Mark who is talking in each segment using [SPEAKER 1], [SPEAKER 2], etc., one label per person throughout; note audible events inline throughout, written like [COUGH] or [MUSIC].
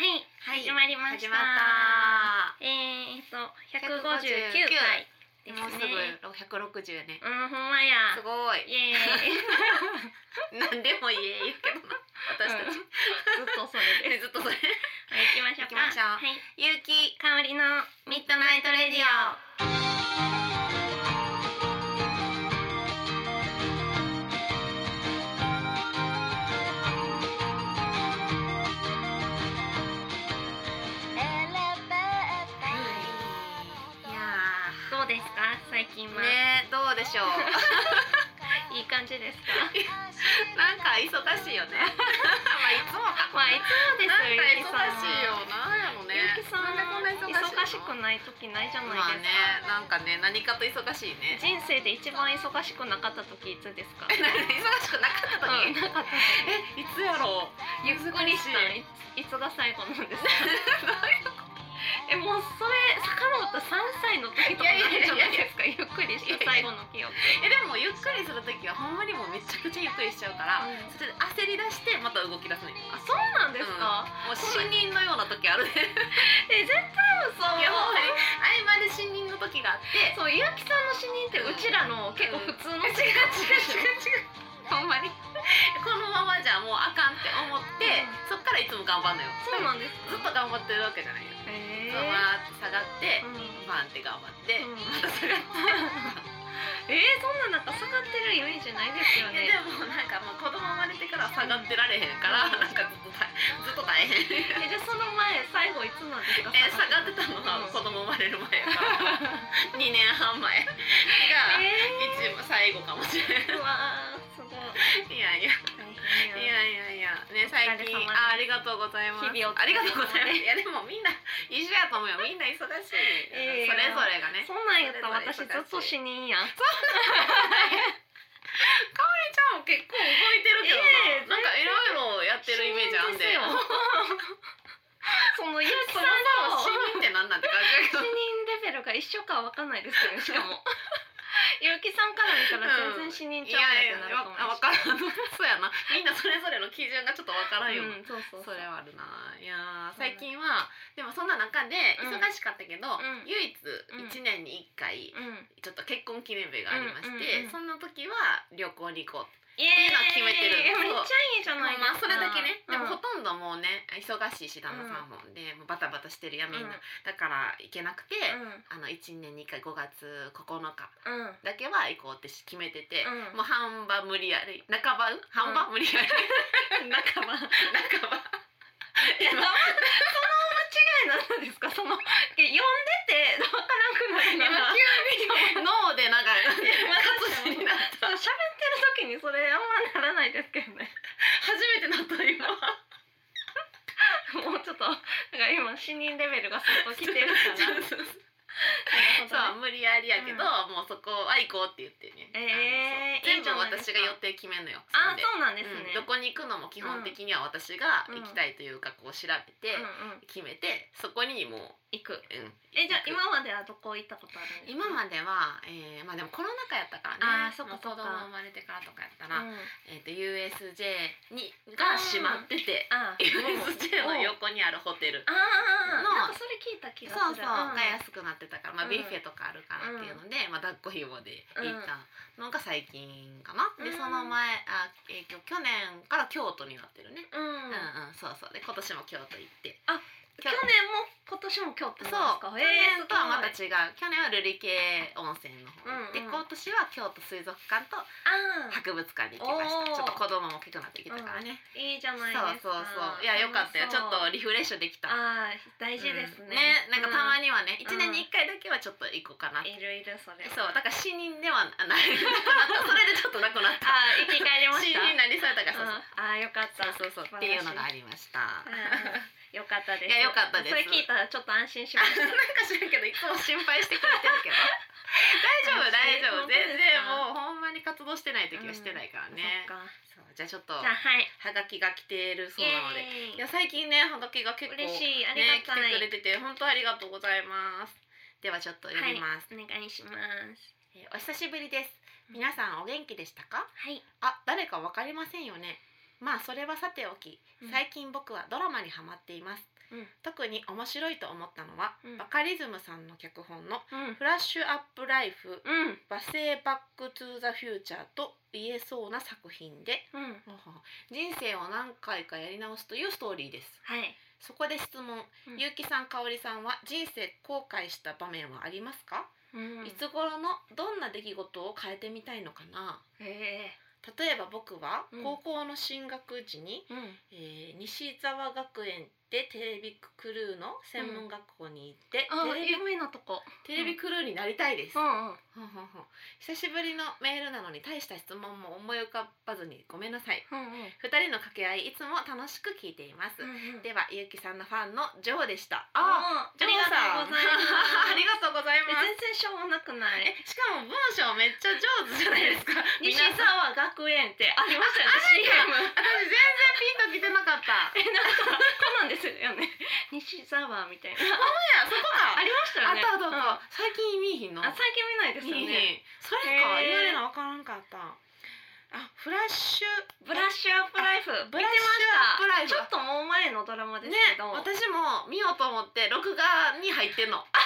[SPEAKER 1] 始まりました
[SPEAKER 2] 始まった
[SPEAKER 1] えーっと159回ですね
[SPEAKER 2] もうすぐ百六十ね
[SPEAKER 1] うんほんまや
[SPEAKER 2] すごい
[SPEAKER 1] イエ [LAUGHS] ーイ
[SPEAKER 2] 何でも言え言うけどな私た
[SPEAKER 1] う
[SPEAKER 2] ち、
[SPEAKER 1] ん
[SPEAKER 2] [LAUGHS]
[SPEAKER 1] ずっとそれ
[SPEAKER 2] ずっとそれ
[SPEAKER 1] はい行きましょうか
[SPEAKER 2] 行きましょう
[SPEAKER 1] [LAUGHS] はい
[SPEAKER 2] ゆうき
[SPEAKER 1] 香りのミッドナイトレディオ
[SPEAKER 2] いや
[SPEAKER 1] どうですか最近
[SPEAKER 2] ー
[SPEAKER 1] は、
[SPEAKER 2] ねどうでしょう
[SPEAKER 1] いい感じですか
[SPEAKER 2] なんか忙しいよね [LAUGHS] まあいつもか
[SPEAKER 1] まあいつもですよゆき
[SPEAKER 2] なん
[SPEAKER 1] さん
[SPEAKER 2] か忙しいよなんやろね
[SPEAKER 1] ゆきさん
[SPEAKER 2] なんでこんな忙しいの
[SPEAKER 1] 忙しくない時ないじゃ
[SPEAKER 2] ま
[SPEAKER 1] な
[SPEAKER 2] あ
[SPEAKER 1] い
[SPEAKER 2] ね
[SPEAKER 1] で
[SPEAKER 2] なんかね何かと忙しいね
[SPEAKER 1] すか、人生で一番忙しくなかった時いつですか
[SPEAKER 2] [LAUGHS] 忙しくなかった
[SPEAKER 1] [LAUGHS] う
[SPEAKER 2] 時、
[SPEAKER 1] んなかった時 [LAUGHS]
[SPEAKER 2] えいつやろう
[SPEAKER 1] ゆっくりしたのいいつが最後なんですかえもうそれ遡った3歳の時とかなんじゃないですかゆっくりした最後の記憶
[SPEAKER 2] えでもゆっくりする時はほんまにもうめちゃくちゃゆっくりしちゃうから、
[SPEAKER 1] うん
[SPEAKER 2] それで焦り出してまた動き出すね
[SPEAKER 1] あそうなんですか、
[SPEAKER 2] もう死人のような時あるね
[SPEAKER 1] え絶対嘘
[SPEAKER 2] いやほんまに合間で死人の時があって
[SPEAKER 1] そうゆうきさんの死人ってうちらの結構普通の死人
[SPEAKER 2] 違うほんまにこのままじゃもうあかんって思って、
[SPEAKER 1] う
[SPEAKER 2] そっからいつも頑張んのよ
[SPEAKER 1] そうなんです
[SPEAKER 2] ずっと頑張ってるわけじゃないよ、
[SPEAKER 1] へえ
[SPEAKER 2] そうわーって下がって、
[SPEAKER 1] うん
[SPEAKER 2] バンって頑張って、
[SPEAKER 1] うん
[SPEAKER 2] また下がって
[SPEAKER 1] えー、そんななんか下がってるイメージないですよ
[SPEAKER 2] いや
[SPEAKER 1] ね
[SPEAKER 2] でもなんかもう子供生まれてからは下がってられへんから、
[SPEAKER 1] うん
[SPEAKER 2] なんかずっと大ずっと大 [LAUGHS] 変
[SPEAKER 1] えじゃあその前最後いつなんですか
[SPEAKER 2] え下がってたのは
[SPEAKER 1] うん
[SPEAKER 2] 子供生まれる前やから2 [LAUGHS] 年半前が
[SPEAKER 1] え
[SPEAKER 2] 一番最後かもしれない
[SPEAKER 1] ー、うわーすごい
[SPEAKER 2] いやいや
[SPEAKER 1] 大
[SPEAKER 2] い
[SPEAKER 1] 変や
[SPEAKER 2] やいやいやね最
[SPEAKER 1] お疲れ
[SPEAKER 2] 近
[SPEAKER 1] 様です
[SPEAKER 2] あありがとうございます
[SPEAKER 1] 日々お疲
[SPEAKER 2] あり
[SPEAKER 1] れ
[SPEAKER 2] が
[SPEAKER 1] 様
[SPEAKER 2] とうございますいやでもみんな一緒やと思うよみんな忙しい、
[SPEAKER 1] ええ
[SPEAKER 2] それぞれがね
[SPEAKER 1] そんなんやったら私ずっと死人やん。そ
[SPEAKER 2] ちゃんも結構動いてるけど
[SPEAKER 1] ええ
[SPEAKER 2] な、なんかいろいろやってるイメージあん
[SPEAKER 1] [LAUGHS]
[SPEAKER 2] で
[SPEAKER 1] そのゆうき
[SPEAKER 2] そ
[SPEAKER 1] さ
[SPEAKER 2] も
[SPEAKER 1] ん
[SPEAKER 2] そ
[SPEAKER 1] と
[SPEAKER 2] も死人ってなんなんって感じ
[SPEAKER 1] 死
[SPEAKER 2] だけど
[SPEAKER 1] 人レベルが一緒かは分かんないですけ
[SPEAKER 2] [LAUGHS]
[SPEAKER 1] ど、しかも。ゆうきさんから見たら全然死人
[SPEAKER 2] い
[SPEAKER 1] ちゃう
[SPEAKER 2] やいや
[SPEAKER 1] なってなる
[SPEAKER 2] わ
[SPEAKER 1] かも
[SPEAKER 2] わからんそうやなみんなそれぞれの基準がちょっとわからん
[SPEAKER 1] しれ
[SPEAKER 2] よな、
[SPEAKER 1] ない。うん、そうそう
[SPEAKER 2] それ
[SPEAKER 1] は。
[SPEAKER 2] はあるないやー最近はでもそんな中で忙しかったけど、
[SPEAKER 1] うん
[SPEAKER 2] 唯一
[SPEAKER 1] ん
[SPEAKER 2] 1年に1回
[SPEAKER 1] うん。
[SPEAKER 2] ちょっと結婚記念日がありまして、
[SPEAKER 1] うんうんうん
[SPEAKER 2] そんな時は旅行に行こう
[SPEAKER 1] イエーイ
[SPEAKER 2] のは決めてる
[SPEAKER 1] えめっちゃいいじゃ
[SPEAKER 2] ま
[SPEAKER 1] ない
[SPEAKER 2] あ
[SPEAKER 1] ですか。
[SPEAKER 2] まあそれだけね、でも
[SPEAKER 1] うん
[SPEAKER 2] ほとんどもうね忙しいし旦那さんも、でもうバタバタしてるやみんな、
[SPEAKER 1] うん
[SPEAKER 2] だから行けなくて、
[SPEAKER 1] うん
[SPEAKER 2] あの1年に1回5月9日
[SPEAKER 1] うん。
[SPEAKER 2] だけは行こうってし決めてて、
[SPEAKER 1] うん
[SPEAKER 2] もう半ば無理やり半ば半ば、無理やり
[SPEAKER 1] 仲間。
[SPEAKER 2] 半ば
[SPEAKER 1] いや、その間違いなんですか。そ [LAUGHS] の、呼んでて、分からんくなるなら。
[SPEAKER 2] 脳でなんか活字になった
[SPEAKER 1] [LAUGHS] そう喋ってる時にそれあんまならないですけどね
[SPEAKER 2] 初めてなった今
[SPEAKER 1] [LAUGHS] もうちょっとなんか今死人レベルが相当来てるから [LAUGHS]
[SPEAKER 2] そう無理やりやけど、もうそこは行こうって言ってね、
[SPEAKER 1] えー
[SPEAKER 2] あのそう全
[SPEAKER 1] いいじゃ
[SPEAKER 2] 部
[SPEAKER 1] ないです
[SPEAKER 2] 私
[SPEAKER 1] か
[SPEAKER 2] が予定決めんのよ
[SPEAKER 1] あ
[SPEAKER 2] それ
[SPEAKER 1] そ
[SPEAKER 2] で
[SPEAKER 1] うなんですね、
[SPEAKER 2] うんどこに行くのも基本的には私が行きたいというかこう調べて
[SPEAKER 1] うんうん
[SPEAKER 2] 決めてそこにもう、
[SPEAKER 1] 行く
[SPEAKER 2] うん、
[SPEAKER 1] えじゃあ
[SPEAKER 2] 行く
[SPEAKER 1] 今まではどこ行ったことあるんですか
[SPEAKER 2] 今までは、えー、まあでもコロナ禍やったから
[SPEAKER 1] あ
[SPEAKER 2] ね
[SPEAKER 1] ーそっか
[SPEAKER 2] ま
[SPEAKER 1] そっか
[SPEAKER 2] 子供生まれてからとかやった
[SPEAKER 1] う
[SPEAKER 2] ら、
[SPEAKER 1] ん、あ
[SPEAKER 2] えー、と USJ にが閉まってて
[SPEAKER 1] あ
[SPEAKER 2] USJ の横にあるホテル
[SPEAKER 1] ああ
[SPEAKER 2] の
[SPEAKER 1] なんかそれ聞いた気がする
[SPEAKER 2] そうそう、
[SPEAKER 1] ん
[SPEAKER 2] が安くなってたから、まあ、
[SPEAKER 1] うん
[SPEAKER 2] ビュッフェとかあるからっていうので、まあ、抱っこひもで行ったのが最近かな、
[SPEAKER 1] う
[SPEAKER 2] で
[SPEAKER 1] ん
[SPEAKER 2] その前あ、えー、きょ去年から京都になってるね、
[SPEAKER 1] うん、
[SPEAKER 2] うん、うんそうそうで今年も京都行って
[SPEAKER 1] 去年も今年も京都
[SPEAKER 2] そう
[SPEAKER 1] なんですか
[SPEAKER 2] 去
[SPEAKER 1] えー、
[SPEAKER 2] 年とはまた違う去年は瑠璃系温泉の方に行って、
[SPEAKER 1] うんうん
[SPEAKER 2] 今年は京都水族館と
[SPEAKER 1] ああ
[SPEAKER 2] 博物館に行きました、
[SPEAKER 1] おー
[SPEAKER 2] ちょっと子供も大きくなってきたからね、
[SPEAKER 1] いいじゃ
[SPEAKER 2] そう
[SPEAKER 1] ないです
[SPEAKER 2] そう
[SPEAKER 1] か
[SPEAKER 2] そういやよかったよ
[SPEAKER 1] 楽
[SPEAKER 2] ち
[SPEAKER 1] し
[SPEAKER 2] ょ
[SPEAKER 1] そう
[SPEAKER 2] っとリフレッシュできた
[SPEAKER 1] ああ大事です
[SPEAKER 2] うん
[SPEAKER 1] ね,、
[SPEAKER 2] なんかたま
[SPEAKER 1] に、
[SPEAKER 2] にはね、一
[SPEAKER 1] うん
[SPEAKER 2] 年に一回だけはちょっと行こうかなって
[SPEAKER 1] いるいるそれ
[SPEAKER 2] そうだから死人ではなな [LAUGHS] くなったそれでちょっとなくなった
[SPEAKER 1] あー生き返りま
[SPEAKER 2] [LAUGHS] 死
[SPEAKER 1] し
[SPEAKER 2] 人
[SPEAKER 1] た
[SPEAKER 2] になりそうやったか
[SPEAKER 1] うん
[SPEAKER 2] ら
[SPEAKER 1] あーよかった
[SPEAKER 2] そうそうそうそうっていうのがありました
[SPEAKER 1] うんよかったです
[SPEAKER 2] いやよかったです
[SPEAKER 1] それ聞いたらちょっと安心し
[SPEAKER 2] あ
[SPEAKER 1] ま
[SPEAKER 2] なん
[SPEAKER 1] [LAUGHS] した
[SPEAKER 2] か知らんけどいつも心配してくれてるけど大丈夫大丈夫
[SPEAKER 1] 本当ですか
[SPEAKER 2] 全然もうほんまに活動してない時はしてないからね、
[SPEAKER 1] そっか
[SPEAKER 2] そうじゃあちょっと
[SPEAKER 1] じゃあ
[SPEAKER 2] は
[SPEAKER 1] はい
[SPEAKER 2] がきが来てるそうなので
[SPEAKER 1] イエーイ
[SPEAKER 2] いや最近ねはがきが結構
[SPEAKER 1] 嬉し
[SPEAKER 2] ね
[SPEAKER 1] いあり
[SPEAKER 2] 来て
[SPEAKER 1] がたい、
[SPEAKER 2] くれてて本当ありがとうございますではちょっと読みます、
[SPEAKER 1] お願いします
[SPEAKER 2] えーお久しぶりです皆さんお元気でしたか
[SPEAKER 1] はい
[SPEAKER 2] あ誰かわかりませんよねまあそれはさておき
[SPEAKER 1] うん
[SPEAKER 2] 最近僕はドラマにハマっています、
[SPEAKER 1] うん
[SPEAKER 2] 特に面白いと思ったのは、
[SPEAKER 1] うん
[SPEAKER 2] バカリズムさんの脚本の
[SPEAKER 1] うん
[SPEAKER 2] 「フラッシュアップライフ
[SPEAKER 1] うん
[SPEAKER 2] バセバック・トゥ・ザ・フューチャー」と言えそうな作品で
[SPEAKER 1] うん
[SPEAKER 2] 人生を何回かやり直すというストーリーです。
[SPEAKER 1] はい
[SPEAKER 2] そこで質問、
[SPEAKER 1] うん
[SPEAKER 2] ゆうきさん、かおりさんは人生後悔した場面はありますか、
[SPEAKER 1] うん
[SPEAKER 2] いつ頃のどんな出来事を変えてみたいのかな
[SPEAKER 1] へ
[SPEAKER 2] 例えば僕は
[SPEAKER 1] うん
[SPEAKER 2] 高校の進学時に、
[SPEAKER 1] えうん
[SPEAKER 2] えー西沢学園でテレビクルーの専門学校に行って、
[SPEAKER 1] あ
[SPEAKER 2] テ
[SPEAKER 1] 有
[SPEAKER 2] レビ
[SPEAKER 1] 名なとこ
[SPEAKER 2] テレビクルーになりたいです、
[SPEAKER 1] んうん
[SPEAKER 2] ほんほんほん久しぶりのメールなのに大した質問も思い浮かばずにごめんなさい
[SPEAKER 1] うんうん
[SPEAKER 2] 二人の掛け合いいつも楽しく聞いています、
[SPEAKER 1] うんうん
[SPEAKER 2] ではゆうきさんのファンのジョーでした
[SPEAKER 1] あ
[SPEAKER 2] ジョーさん
[SPEAKER 1] ありがとうございます
[SPEAKER 2] [LAUGHS] あ
[SPEAKER 1] [LAUGHS]
[SPEAKER 2] りがとうございます
[SPEAKER 1] 全然しょうもなくない
[SPEAKER 2] えしかも文章めっちゃ上手じゃないです [LAUGHS] か
[SPEAKER 1] 西
[SPEAKER 2] 皆さ
[SPEAKER 1] 沢
[SPEAKER 2] ん
[SPEAKER 1] 学園ってありましたよね CM
[SPEAKER 2] 私全然ピンときてなかった
[SPEAKER 1] えなんかそうなんですよね西沢みたいな
[SPEAKER 2] やそこ
[SPEAKER 1] [LAUGHS] あ
[SPEAKER 2] か
[SPEAKER 1] りましたよ
[SPEAKER 2] あっ
[SPEAKER 1] ね
[SPEAKER 2] たあった
[SPEAKER 1] うん
[SPEAKER 2] あった最近見えひんの
[SPEAKER 1] あ最近見ないですよ
[SPEAKER 2] 見
[SPEAKER 1] ね
[SPEAKER 2] えひんそれか、
[SPEAKER 1] へー
[SPEAKER 2] 言われな分からんかったあフラッシュ
[SPEAKER 1] ブラッシュアップライフ見てま
[SPEAKER 2] ブラッシュアップライ
[SPEAKER 1] し
[SPEAKER 2] フ
[SPEAKER 1] たちょっともう前のドラマです
[SPEAKER 2] ね
[SPEAKER 1] けど、
[SPEAKER 2] 私も見ようと思って録画に入ってんのあ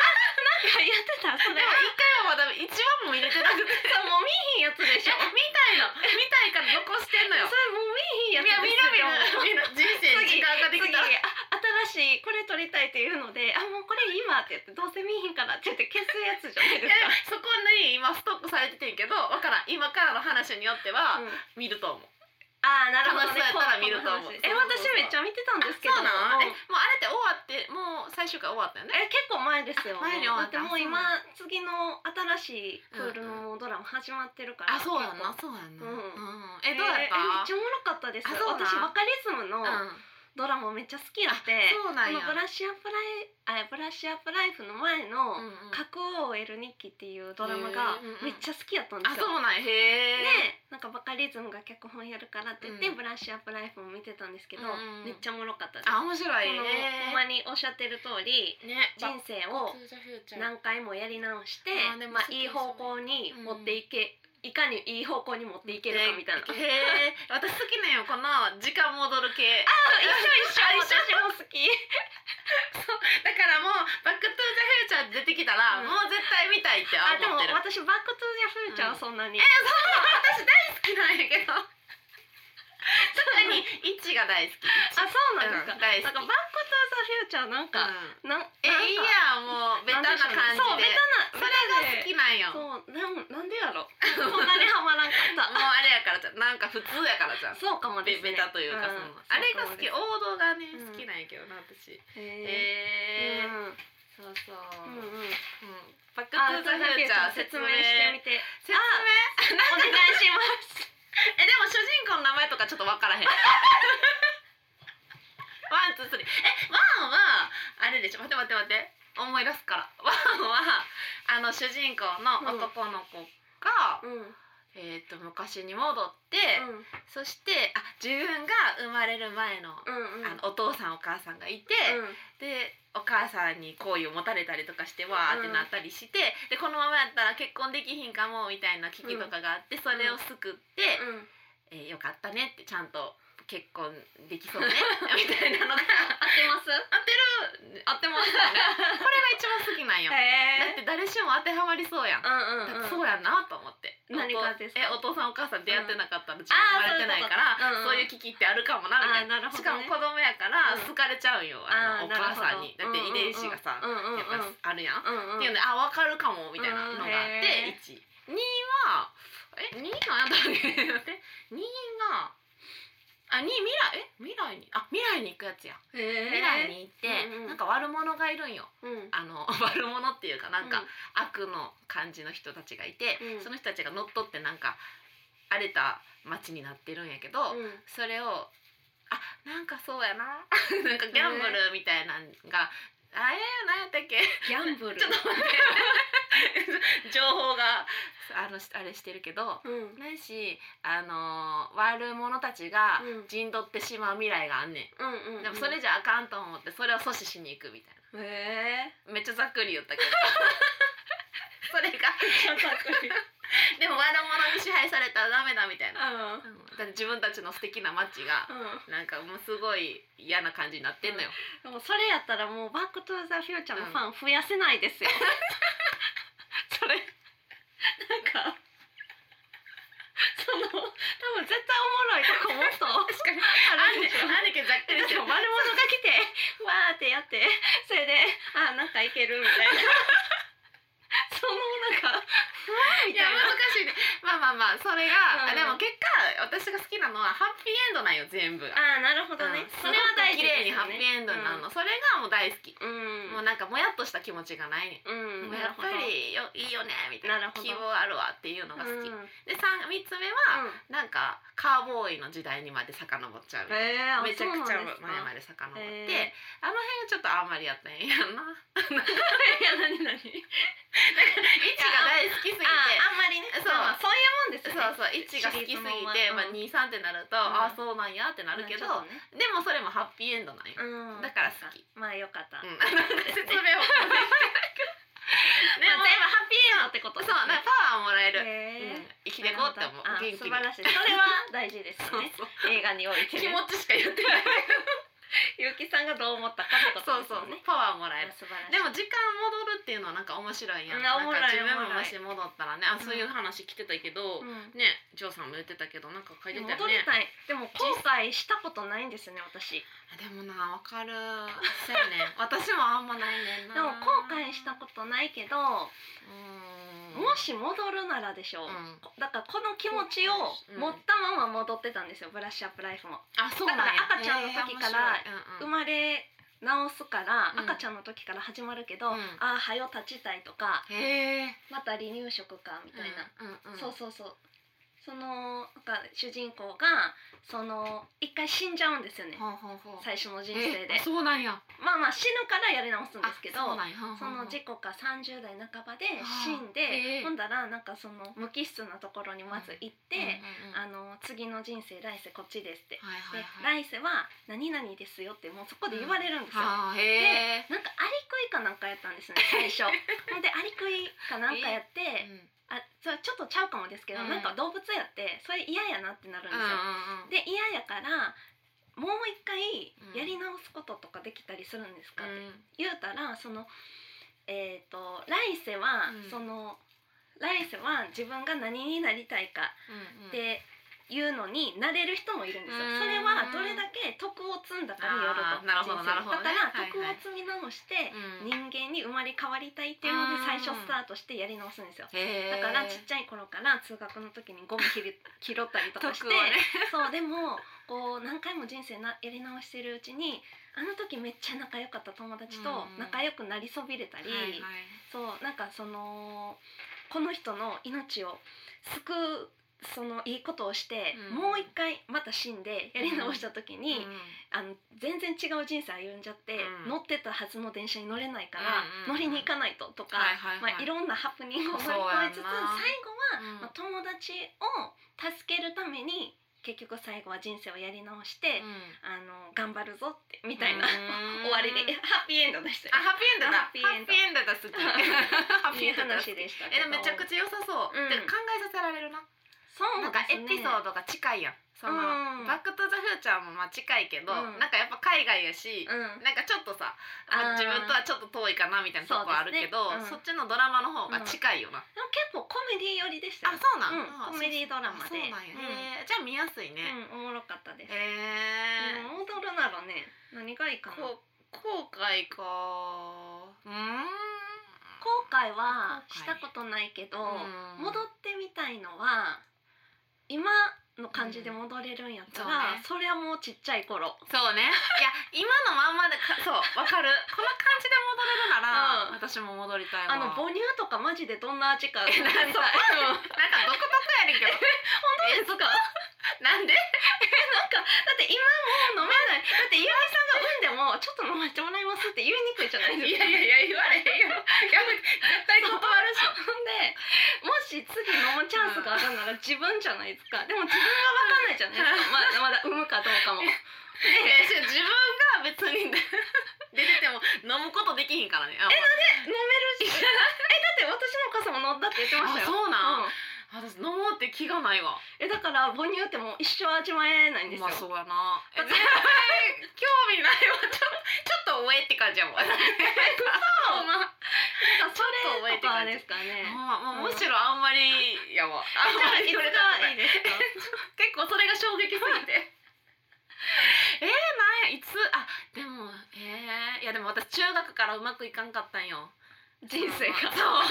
[SPEAKER 1] やってたそ
[SPEAKER 2] でも一回はまだ一話も入れてなくて見
[SPEAKER 1] もう [LAUGHS] 見えひんやつでしょ
[SPEAKER 2] たいの見たいから残してんの
[SPEAKER 1] それ
[SPEAKER 2] よ
[SPEAKER 1] もう見えひんや
[SPEAKER 2] いや
[SPEAKER 1] つ
[SPEAKER 2] 見
[SPEAKER 1] です
[SPEAKER 2] る
[SPEAKER 1] よ
[SPEAKER 2] 見る見 [LAUGHS] る人生に時間ができ
[SPEAKER 1] 次
[SPEAKER 2] たら
[SPEAKER 1] あ新しいこれ撮りたいっていうのであもうこれ今って言ってどうせ見えひんからって言って消すやつじゃない
[SPEAKER 2] い
[SPEAKER 1] で
[SPEAKER 2] や
[SPEAKER 1] す
[SPEAKER 2] でもそこに今ストックされててんけどわからん今からの話によって
[SPEAKER 1] か、
[SPEAKER 2] は
[SPEAKER 1] うん
[SPEAKER 2] 見ると思う、
[SPEAKER 1] あーなるほどね
[SPEAKER 2] 楽しそうやったら見ると思
[SPEAKER 1] この
[SPEAKER 2] う
[SPEAKER 1] 話え私めっちゃ見てたんですけど
[SPEAKER 2] そうなん、え
[SPEAKER 1] うん
[SPEAKER 2] もうあれって終わってもう最終回終わったよね
[SPEAKER 1] え結構前ですよ
[SPEAKER 2] あ前に終わ
[SPEAKER 1] だっ
[SPEAKER 2] ってた
[SPEAKER 1] もう今次の新しいクール
[SPEAKER 2] う
[SPEAKER 1] のドラマ始まってるから、結構
[SPEAKER 2] そうやん
[SPEAKER 1] うん
[SPEAKER 2] んえどうや
[SPEAKER 1] えー
[SPEAKER 2] っ
[SPEAKER 1] えめ
[SPEAKER 2] た
[SPEAKER 1] っちゃおもろかったです
[SPEAKER 2] あそうなん
[SPEAKER 1] 私バカリズムの
[SPEAKER 2] うん
[SPEAKER 1] ドラマめっちゃ好きやって、
[SPEAKER 2] そうなんや
[SPEAKER 1] このブラッシュアップライあブラッシュアップライフの前の
[SPEAKER 2] うんうん
[SPEAKER 1] 「架空 OL 日記」っていうドラマが
[SPEAKER 2] へーうんうん
[SPEAKER 1] めっちゃ好きやったんで
[SPEAKER 2] あ
[SPEAKER 1] すよ。
[SPEAKER 2] そうなんやへえ、
[SPEAKER 1] でなんかバカリズムが脚本やるからって言って、
[SPEAKER 2] うん
[SPEAKER 1] ブラッシュアップライフも見てたんですけど、
[SPEAKER 2] うんうん
[SPEAKER 1] めっちゃおもろかったです。
[SPEAKER 2] あ面白い
[SPEAKER 1] そのほんまにおっしゃってる通り
[SPEAKER 2] ねね
[SPEAKER 1] 人生を何回もやり直して
[SPEAKER 2] あーでも
[SPEAKER 1] まあ、
[SPEAKER 2] そう
[SPEAKER 1] いい方向に
[SPEAKER 2] うん
[SPEAKER 1] 持っていけ、いかにいい方向に持っていけるかみたいな、一緒
[SPEAKER 2] へえ私好きなんよこの時間戻る系
[SPEAKER 1] 一
[SPEAKER 2] あ
[SPEAKER 1] 緒
[SPEAKER 2] 一緒
[SPEAKER 1] 私も好き
[SPEAKER 2] だからもう「バック・トゥ・ザ・フューチャー」出てきたら、
[SPEAKER 1] うん
[SPEAKER 2] もう絶対見たいって
[SPEAKER 1] あで
[SPEAKER 2] 思
[SPEAKER 1] も
[SPEAKER 2] ってる
[SPEAKER 1] 私バック・トゥ・ザ・フューチャーはそんなに、
[SPEAKER 2] 好きなんやけ [LAUGHS] ど特にイチが大好き
[SPEAKER 1] あそうなんですか、
[SPEAKER 2] うん大好
[SPEAKER 1] なん
[SPEAKER 2] き
[SPEAKER 1] かバック・トゥ・ザ・フューチャーなんか、
[SPEAKER 2] うん
[SPEAKER 1] なん
[SPEAKER 2] え
[SPEAKER 1] なんか
[SPEAKER 2] いいやんもうベタな感じで
[SPEAKER 1] そうベタな
[SPEAKER 2] それが好
[SPEAKER 1] それ
[SPEAKER 2] きなんよもう
[SPEAKER 1] が好きそうなんなんでやろそんなにハマらんかった
[SPEAKER 2] あれやからじゃんなんか普通やからじゃん
[SPEAKER 1] そうかもで
[SPEAKER 2] ベ
[SPEAKER 1] すね
[SPEAKER 2] ベタというかその
[SPEAKER 1] ん
[SPEAKER 2] あれが好き
[SPEAKER 1] そうかも
[SPEAKER 2] 王道がね
[SPEAKER 1] うん
[SPEAKER 2] 好きなんやけどな私
[SPEAKER 1] ですへ
[SPEAKER 2] へえ
[SPEAKER 1] ー
[SPEAKER 2] そうそう
[SPEAKER 1] うんうん
[SPEAKER 2] うん
[SPEAKER 1] うん
[SPEAKER 2] バック・ト
[SPEAKER 1] あ
[SPEAKER 2] ゥ・
[SPEAKER 1] ザ・
[SPEAKER 2] ザ・
[SPEAKER 1] フ
[SPEAKER 2] フ
[SPEAKER 1] ュー
[SPEAKER 2] ュー
[SPEAKER 1] チ
[SPEAKER 2] チ
[SPEAKER 1] ャ
[SPEAKER 2] ャ
[SPEAKER 1] ー
[SPEAKER 2] ー
[SPEAKER 1] 説
[SPEAKER 2] 説
[SPEAKER 1] 明
[SPEAKER 2] 明
[SPEAKER 1] してみて
[SPEAKER 2] 説明
[SPEAKER 1] お願いします
[SPEAKER 2] [LAUGHS] えでも主人公の名前とかちょっとわ
[SPEAKER 1] [LAUGHS]
[SPEAKER 2] からへんワンツースリーえワンはあれでしょ待って待って待って思い出すからワンはあの主人公の男の子が、
[SPEAKER 1] うんうん
[SPEAKER 2] えー、と昔に戻って、そしてあ自分が生まれる前の,、
[SPEAKER 1] うんうん
[SPEAKER 2] あのお父さんお母さんがいて、
[SPEAKER 1] うん
[SPEAKER 2] でお母さんに好意を持たれたりとかしてわーってなったりして、でこのままやったら結婚できひんかもみたいな危機とかがあって、それを救って。
[SPEAKER 1] うん
[SPEAKER 2] えーよかったねってちゃんと結婚できそ
[SPEAKER 1] [LAUGHS]
[SPEAKER 2] うねみたいなの
[SPEAKER 1] 合っ
[SPEAKER 2] が
[SPEAKER 1] てます
[SPEAKER 2] 当てる当てますよねこれが一番好きなん [LAUGHS] よ、だっ
[SPEAKER 1] へえ
[SPEAKER 2] て誰しも当てはまりそうやん、
[SPEAKER 1] うん
[SPEAKER 2] だっ
[SPEAKER 1] う
[SPEAKER 2] てそ
[SPEAKER 1] んうん
[SPEAKER 2] うやんなと思って
[SPEAKER 1] 何がですか
[SPEAKER 2] えお父さんお母さん出会ってなかったら自分生まれてないから
[SPEAKER 1] あー
[SPEAKER 2] そ
[SPEAKER 1] そうい
[SPEAKER 2] ういうう危機ってあるかもなみたいな
[SPEAKER 1] あーなるほどね
[SPEAKER 2] しかも子供やから
[SPEAKER 1] うん
[SPEAKER 2] 好かれちゃうんよ、あ
[SPEAKER 1] あー
[SPEAKER 2] のお
[SPEAKER 1] なる
[SPEAKER 2] 母
[SPEAKER 1] ほど
[SPEAKER 2] さんにだって遺伝子がさ、
[SPEAKER 1] うんうんうん
[SPEAKER 2] やっぱあるやん、
[SPEAKER 1] うんうん
[SPEAKER 2] っていうのであ分かるかもみたいなのがあっ
[SPEAKER 1] うんへ
[SPEAKER 2] て
[SPEAKER 1] ー
[SPEAKER 2] 12はえ二なんだっけ [LAUGHS] 待って2があ二未来え未来にあ未来に行くやつや、
[SPEAKER 1] 未
[SPEAKER 2] 未来に行って、
[SPEAKER 1] うんうん
[SPEAKER 2] なんか悪者がいるんよ
[SPEAKER 1] うん
[SPEAKER 2] あの [LAUGHS] 悪者っていうかなんか、悪の感じの人たちがいて、
[SPEAKER 1] うん
[SPEAKER 2] その人たちが乗っ取ってなんか荒れた町になってるんやけど、
[SPEAKER 1] うん
[SPEAKER 2] それをあなんかそうやな [LAUGHS] なんかギャンブルみたいなんが、あれ何やったっけ
[SPEAKER 1] ギャンブル
[SPEAKER 2] ちょっと待って情報があのしあれしてるけど
[SPEAKER 1] うん
[SPEAKER 2] ないしあのー悪者たちが
[SPEAKER 1] うん
[SPEAKER 2] 陣取ってしまう未来があんね
[SPEAKER 1] うんうん
[SPEAKER 2] ん、
[SPEAKER 1] うん
[SPEAKER 2] でもそれじゃあかんと思ってそれを阻止しに行くみたい
[SPEAKER 1] へえ
[SPEAKER 2] [LAUGHS] なめっちゃざっくり言っ
[SPEAKER 1] [LAUGHS]
[SPEAKER 2] たけどそれが
[SPEAKER 1] ちょっと
[SPEAKER 2] でも悪者に支配されたらダメだみたいな、
[SPEAKER 1] うん
[SPEAKER 2] うんだって自分たちの素敵なマッチがなんかもうすごい嫌な感じになってんのよ、
[SPEAKER 1] でもそれやったらもうバックトゥーザフューチャーのファン増やせないですよ。 [LAUGHS] それなんかその多分絶対おもろいとこもっと
[SPEAKER 2] [LAUGHS] 確かに
[SPEAKER 1] あ
[SPEAKER 2] あん
[SPEAKER 1] る
[SPEAKER 2] ね
[SPEAKER 1] でしょ。
[SPEAKER 2] あんねんけどざっくり
[SPEAKER 1] で
[SPEAKER 2] して
[SPEAKER 1] も
[SPEAKER 2] る
[SPEAKER 1] 悪者が来てわーってやってそれであなんかいけるみたいなそのなんか [LAUGHS] ふわーみ
[SPEAKER 2] いや
[SPEAKER 1] たい
[SPEAKER 2] 難
[SPEAKER 1] な
[SPEAKER 2] しいねまあまあまあそれが、
[SPEAKER 1] うん
[SPEAKER 2] あでも結果私が好きなのはハッピーエンドなんよ全部が、
[SPEAKER 1] あーなるほどね、
[SPEAKER 2] うん
[SPEAKER 1] それは大事
[SPEAKER 2] すご
[SPEAKER 1] で
[SPEAKER 2] く綺麗
[SPEAKER 1] す
[SPEAKER 2] に
[SPEAKER 1] よ
[SPEAKER 2] ハッ
[SPEAKER 1] ね
[SPEAKER 2] ピーエンドになるの、それがもう大好き、
[SPEAKER 1] うん、
[SPEAKER 2] もうなんかもやっとした気持ちがないね、
[SPEAKER 1] うん、
[SPEAKER 2] もうやっぱりよいいよねみたい
[SPEAKER 1] な
[SPEAKER 2] な
[SPEAKER 1] るほど
[SPEAKER 2] 希望あるわっていうの
[SPEAKER 1] な
[SPEAKER 2] が
[SPEAKER 1] るほど
[SPEAKER 2] 好き、
[SPEAKER 1] うん
[SPEAKER 2] で 3, 三つ目は、なんかカーボーイの時代にまで遡っちゃうみたいな
[SPEAKER 1] えーあ
[SPEAKER 2] めちゃくちゃ前
[SPEAKER 1] そうな
[SPEAKER 2] ま
[SPEAKER 1] ん
[SPEAKER 2] で遡って、
[SPEAKER 1] へ
[SPEAKER 2] あの辺がちょっとあんまりやったんやな
[SPEAKER 1] [LAUGHS]
[SPEAKER 2] [LAUGHS]
[SPEAKER 1] ですかいや何何
[SPEAKER 2] 位置が大好きすぎて
[SPEAKER 1] ああんまりね
[SPEAKER 2] そう
[SPEAKER 1] まあまあそういうもんです
[SPEAKER 2] そう
[SPEAKER 1] よね
[SPEAKER 2] そう位置が好きすぎ
[SPEAKER 1] シリー
[SPEAKER 2] て、
[SPEAKER 1] ズもんは
[SPEAKER 2] まあ、
[SPEAKER 1] うん
[SPEAKER 2] 23ってなると、
[SPEAKER 1] ん
[SPEAKER 2] ああそうなんやってなるけど、
[SPEAKER 1] まあちょっとね
[SPEAKER 2] でもそれもハッピーエンドなんよ、
[SPEAKER 1] うん
[SPEAKER 2] だから好き、
[SPEAKER 1] まあよか
[SPEAKER 2] [LAUGHS]
[SPEAKER 1] った、
[SPEAKER 2] う
[SPEAKER 1] まあ、
[SPEAKER 2] ん、説明をで
[SPEAKER 1] 全部
[SPEAKER 2] も
[SPEAKER 1] ハッピーエンドってこと
[SPEAKER 2] そう
[SPEAKER 1] です
[SPEAKER 2] なんかパワーもらえ
[SPEAKER 1] ね
[SPEAKER 2] る、
[SPEAKER 1] へ
[SPEAKER 2] う
[SPEAKER 1] ー
[SPEAKER 2] ん、生きてこうって思う
[SPEAKER 1] なる
[SPEAKER 2] 元気
[SPEAKER 1] ほ
[SPEAKER 2] に
[SPEAKER 1] どあ素晴らしいそれは大事です
[SPEAKER 2] [LAUGHS] そう
[SPEAKER 1] よね
[SPEAKER 2] そう
[SPEAKER 1] 映画において、ね
[SPEAKER 2] 気持、ちしか言ってない
[SPEAKER 1] ゆうきさんがどう思ったかってこ
[SPEAKER 2] そう
[SPEAKER 1] とです
[SPEAKER 2] そう
[SPEAKER 1] よね
[SPEAKER 2] パワーもらえ
[SPEAKER 1] あ
[SPEAKER 2] る
[SPEAKER 1] 素晴らしい
[SPEAKER 2] でも時間戻るっていうのはなんか面白いやん,、
[SPEAKER 1] うん
[SPEAKER 2] な
[SPEAKER 1] お
[SPEAKER 2] ん
[SPEAKER 1] も
[SPEAKER 2] か
[SPEAKER 1] ろい
[SPEAKER 2] 自分
[SPEAKER 1] おも
[SPEAKER 2] も
[SPEAKER 1] ろい
[SPEAKER 2] もし戻ったらねあ
[SPEAKER 1] うん
[SPEAKER 2] そういう話来てたけど、
[SPEAKER 1] うん
[SPEAKER 2] ねジョーさんも言ってたけどなんか書いてたよ
[SPEAKER 1] 戻り
[SPEAKER 2] ね
[SPEAKER 1] たいでも後悔したことないんですよね私
[SPEAKER 2] あでもなわかるそうやね私もあんま [LAUGHS] ないねんな
[SPEAKER 1] でも後悔したことないけど
[SPEAKER 2] うーん
[SPEAKER 1] もし戻るならでしょう、
[SPEAKER 2] うん
[SPEAKER 1] だからこの気持ちを持ったまま戻ってたんですよブラッシュアップライフも
[SPEAKER 2] あそうなんや
[SPEAKER 1] だから赤ちゃんの時から
[SPEAKER 2] えー
[SPEAKER 1] 生
[SPEAKER 2] 面白いうんうん
[SPEAKER 1] まれ直すから、
[SPEAKER 2] うん
[SPEAKER 1] 赤ちゃんの時から始まるけど、
[SPEAKER 2] うん
[SPEAKER 1] ああはよ立ちたいとか
[SPEAKER 2] へえ
[SPEAKER 1] また離乳食かみたいな、
[SPEAKER 2] うんうんうん
[SPEAKER 1] そうそうそうそのなんか主人公がその一回死んじゃうんですよね
[SPEAKER 2] ほうほうほう
[SPEAKER 1] 最初の人生で
[SPEAKER 2] えそうなんや
[SPEAKER 1] まあまあ死ぬからやり直すんですけど
[SPEAKER 2] あそうなんや
[SPEAKER 1] その
[SPEAKER 2] 時
[SPEAKER 1] 事故か30代半ばで
[SPEAKER 2] あー
[SPEAKER 1] 死ん
[SPEAKER 2] へ
[SPEAKER 1] で
[SPEAKER 2] ー
[SPEAKER 1] ほんだらなんかその無機質なところにまず行って、あの次の人生来世こっちですって、
[SPEAKER 2] はいはいはい
[SPEAKER 1] で来世は何々ですよってもうそこで言われるんですよ、
[SPEAKER 2] はあへえ
[SPEAKER 1] なんかアリクイかなんかやったん
[SPEAKER 2] [LAUGHS]
[SPEAKER 1] ですね最初ほんでアリクイかなんかやって、
[SPEAKER 2] うん
[SPEAKER 1] あそれちょっとちゃうかもですけど、
[SPEAKER 2] うん
[SPEAKER 1] なんか動物やってそれ嫌やなってなるんです
[SPEAKER 2] うん
[SPEAKER 1] よ、
[SPEAKER 2] うんうん
[SPEAKER 1] で嫌やからもう一回
[SPEAKER 2] うん
[SPEAKER 1] やり直すこととかできたりするんですかって、
[SPEAKER 2] うん
[SPEAKER 1] 言うたらそのえっ、と来世は、
[SPEAKER 2] うん
[SPEAKER 1] その来世は自分が何になりたいかっ
[SPEAKER 2] うんうん
[SPEAKER 1] ていうのになれる人もいるんですよ、
[SPEAKER 2] うん
[SPEAKER 1] それはどれだけ徳を積んだかによる
[SPEAKER 2] あ
[SPEAKER 1] と
[SPEAKER 2] ーなるほど
[SPEAKER 1] 人生
[SPEAKER 2] なるほどね
[SPEAKER 1] だから
[SPEAKER 2] はい
[SPEAKER 1] 徳
[SPEAKER 2] はい
[SPEAKER 1] を積み直して
[SPEAKER 2] うん
[SPEAKER 1] 人間に生まれ変わりたいっていうの
[SPEAKER 2] う
[SPEAKER 1] で
[SPEAKER 2] ん
[SPEAKER 1] 最初スタートしてやり直すんですよ、だ
[SPEAKER 2] へえ
[SPEAKER 1] からちっちゃい頃から通学の時にゴミ拾い拾ったりとかして、
[SPEAKER 2] 徳
[SPEAKER 1] [LAUGHS] そう
[SPEAKER 2] をね
[SPEAKER 1] でもこう何回も人生なやり直してるうちにあの時めっちゃ仲良かった友達と
[SPEAKER 2] うん
[SPEAKER 1] 仲良くなりそびれたり、
[SPEAKER 2] はいはい
[SPEAKER 1] そうなんかそのこの人の命を救うそのいいことをして、
[SPEAKER 2] うん
[SPEAKER 1] もう一回また死んでやり直した時に、
[SPEAKER 2] うん
[SPEAKER 1] あの全然違う人生歩んじゃって、
[SPEAKER 2] うん
[SPEAKER 1] 乗ってたはずの電車に乗れないから、
[SPEAKER 2] うんうん
[SPEAKER 1] 乗りに行かないととか、
[SPEAKER 2] はいはいはい
[SPEAKER 1] まあ、いろんなハプニングを乗り越えつつ最後
[SPEAKER 2] そうやんな
[SPEAKER 1] は、
[SPEAKER 2] うん
[SPEAKER 1] まあ、友達を助けるために結局最後は人生をやり直して、
[SPEAKER 2] うん
[SPEAKER 1] あの頑張るぞってみたいな、
[SPEAKER 2] うん
[SPEAKER 1] [LAUGHS] 終わりでハッピーエンドでしたよ
[SPEAKER 2] あハッピーエンドだ
[SPEAKER 1] ハッピーエンド
[SPEAKER 2] ハッピーエンド
[SPEAKER 1] [LAUGHS]
[SPEAKER 2] だ好きハッピー
[SPEAKER 1] いい
[SPEAKER 2] エンドだ好
[SPEAKER 1] 話
[SPEAKER 2] き
[SPEAKER 1] でした
[SPEAKER 2] えでもめちゃく
[SPEAKER 1] ゃ
[SPEAKER 2] ちゃ良さそう、
[SPEAKER 1] うん
[SPEAKER 2] てか考えさせられるな、
[SPEAKER 1] そう
[SPEAKER 2] なんかエピソー
[SPEAKER 1] ド
[SPEAKER 2] ドが近いやんその、
[SPEAKER 1] うん
[SPEAKER 2] バック・トゥ・ザ・フューチャーもまあ近いけど、
[SPEAKER 1] うん
[SPEAKER 2] なんかやっぱ海外やし、
[SPEAKER 1] うん
[SPEAKER 2] なんかちょっとさ
[SPEAKER 1] あー
[SPEAKER 2] 自分とはちょっと遠いかなみたいなとこあるけどそ,、
[SPEAKER 1] そうですねうん
[SPEAKER 2] っちのドラマの方が近いよな、
[SPEAKER 1] でも結構コメディ寄りでした
[SPEAKER 2] あ
[SPEAKER 1] よ
[SPEAKER 2] そうなん、あ
[SPEAKER 1] うんコメディドラマで
[SPEAKER 2] そうなんや、へーじゃあ見やすいね、
[SPEAKER 1] うん、おもろかったです、
[SPEAKER 2] へー
[SPEAKER 1] うん踊るならね何がいいかな後
[SPEAKER 2] こ後悔かうーん
[SPEAKER 1] 悔は
[SPEAKER 2] 後悔
[SPEAKER 1] したことないけど、
[SPEAKER 2] うん
[SPEAKER 1] 戻ってみたいのは今の感じで戻れるんやったら、
[SPEAKER 2] うん
[SPEAKER 1] それはもうちっちゃい頃
[SPEAKER 2] そうねいや今のまんまでかそうわかるこの感じで戻れる
[SPEAKER 1] う
[SPEAKER 2] なら、
[SPEAKER 1] ん
[SPEAKER 2] 私も戻りたいわ
[SPEAKER 1] あの母乳とかマジでどんな味 [LAUGHS] か食べたい
[SPEAKER 2] [LAUGHS] なんか
[SPEAKER 1] うん
[SPEAKER 2] なんか独特
[SPEAKER 1] [LAUGHS]
[SPEAKER 2] やねんけど
[SPEAKER 1] 本当ですか
[SPEAKER 2] なんで
[SPEAKER 1] なんかだって今もう飲めないだってゆうきさんが産んでもちょっと飲ませてもらいますって言いにくいじゃないですか
[SPEAKER 2] いや言われへんよやめて絶
[SPEAKER 1] [LAUGHS]
[SPEAKER 2] 対断るし
[SPEAKER 1] ほんでもし次飲むチャンスがあるなら自分じゃないですかでも自分が分かんないじゃないです
[SPEAKER 2] [LAUGHS]
[SPEAKER 1] かまだまだ産むかどうかも
[SPEAKER 2] えし自分が別に出てても飲むことできひんからねえ [LAUGHS]
[SPEAKER 1] [LAUGHS] 飲めるしえだって私のお母さんも飲んだって言ってま
[SPEAKER 2] あ
[SPEAKER 1] したよ
[SPEAKER 2] そうなん、
[SPEAKER 1] うん
[SPEAKER 2] 私飲もうって気がないわ
[SPEAKER 1] えだから母乳ってもう一生味わえないんですよ、
[SPEAKER 2] まあそうや
[SPEAKER 1] [LAUGHS]
[SPEAKER 2] な
[SPEAKER 1] だ
[SPEAKER 2] え
[SPEAKER 1] っ
[SPEAKER 2] 絶
[SPEAKER 1] て
[SPEAKER 2] 対興味ないわちょっとちょっとおえって感
[SPEAKER 1] [LAUGHS]
[SPEAKER 2] じやもん [LAUGHS]
[SPEAKER 1] そう
[SPEAKER 2] まあ
[SPEAKER 1] なんかそ
[SPEAKER 2] ちょっと覚
[SPEAKER 1] れ
[SPEAKER 2] え
[SPEAKER 1] と
[SPEAKER 2] て感
[SPEAKER 1] か
[SPEAKER 2] じ
[SPEAKER 1] ですかね
[SPEAKER 2] まあまあむしろあんまりやわあん
[SPEAKER 1] じゃ
[SPEAKER 2] ま
[SPEAKER 1] あい
[SPEAKER 2] り
[SPEAKER 1] つ
[SPEAKER 2] 触
[SPEAKER 1] が
[SPEAKER 2] れた
[SPEAKER 1] [LAUGHS]
[SPEAKER 2] くない
[SPEAKER 1] いいですか
[SPEAKER 2] 結構それが衝撃すぎて [LAUGHS] えー、なんやいつあでもえー、いやでも私中学からうまくいかんかったんよ
[SPEAKER 1] 人 [LAUGHS] 生が
[SPEAKER 2] そう [LAUGHS]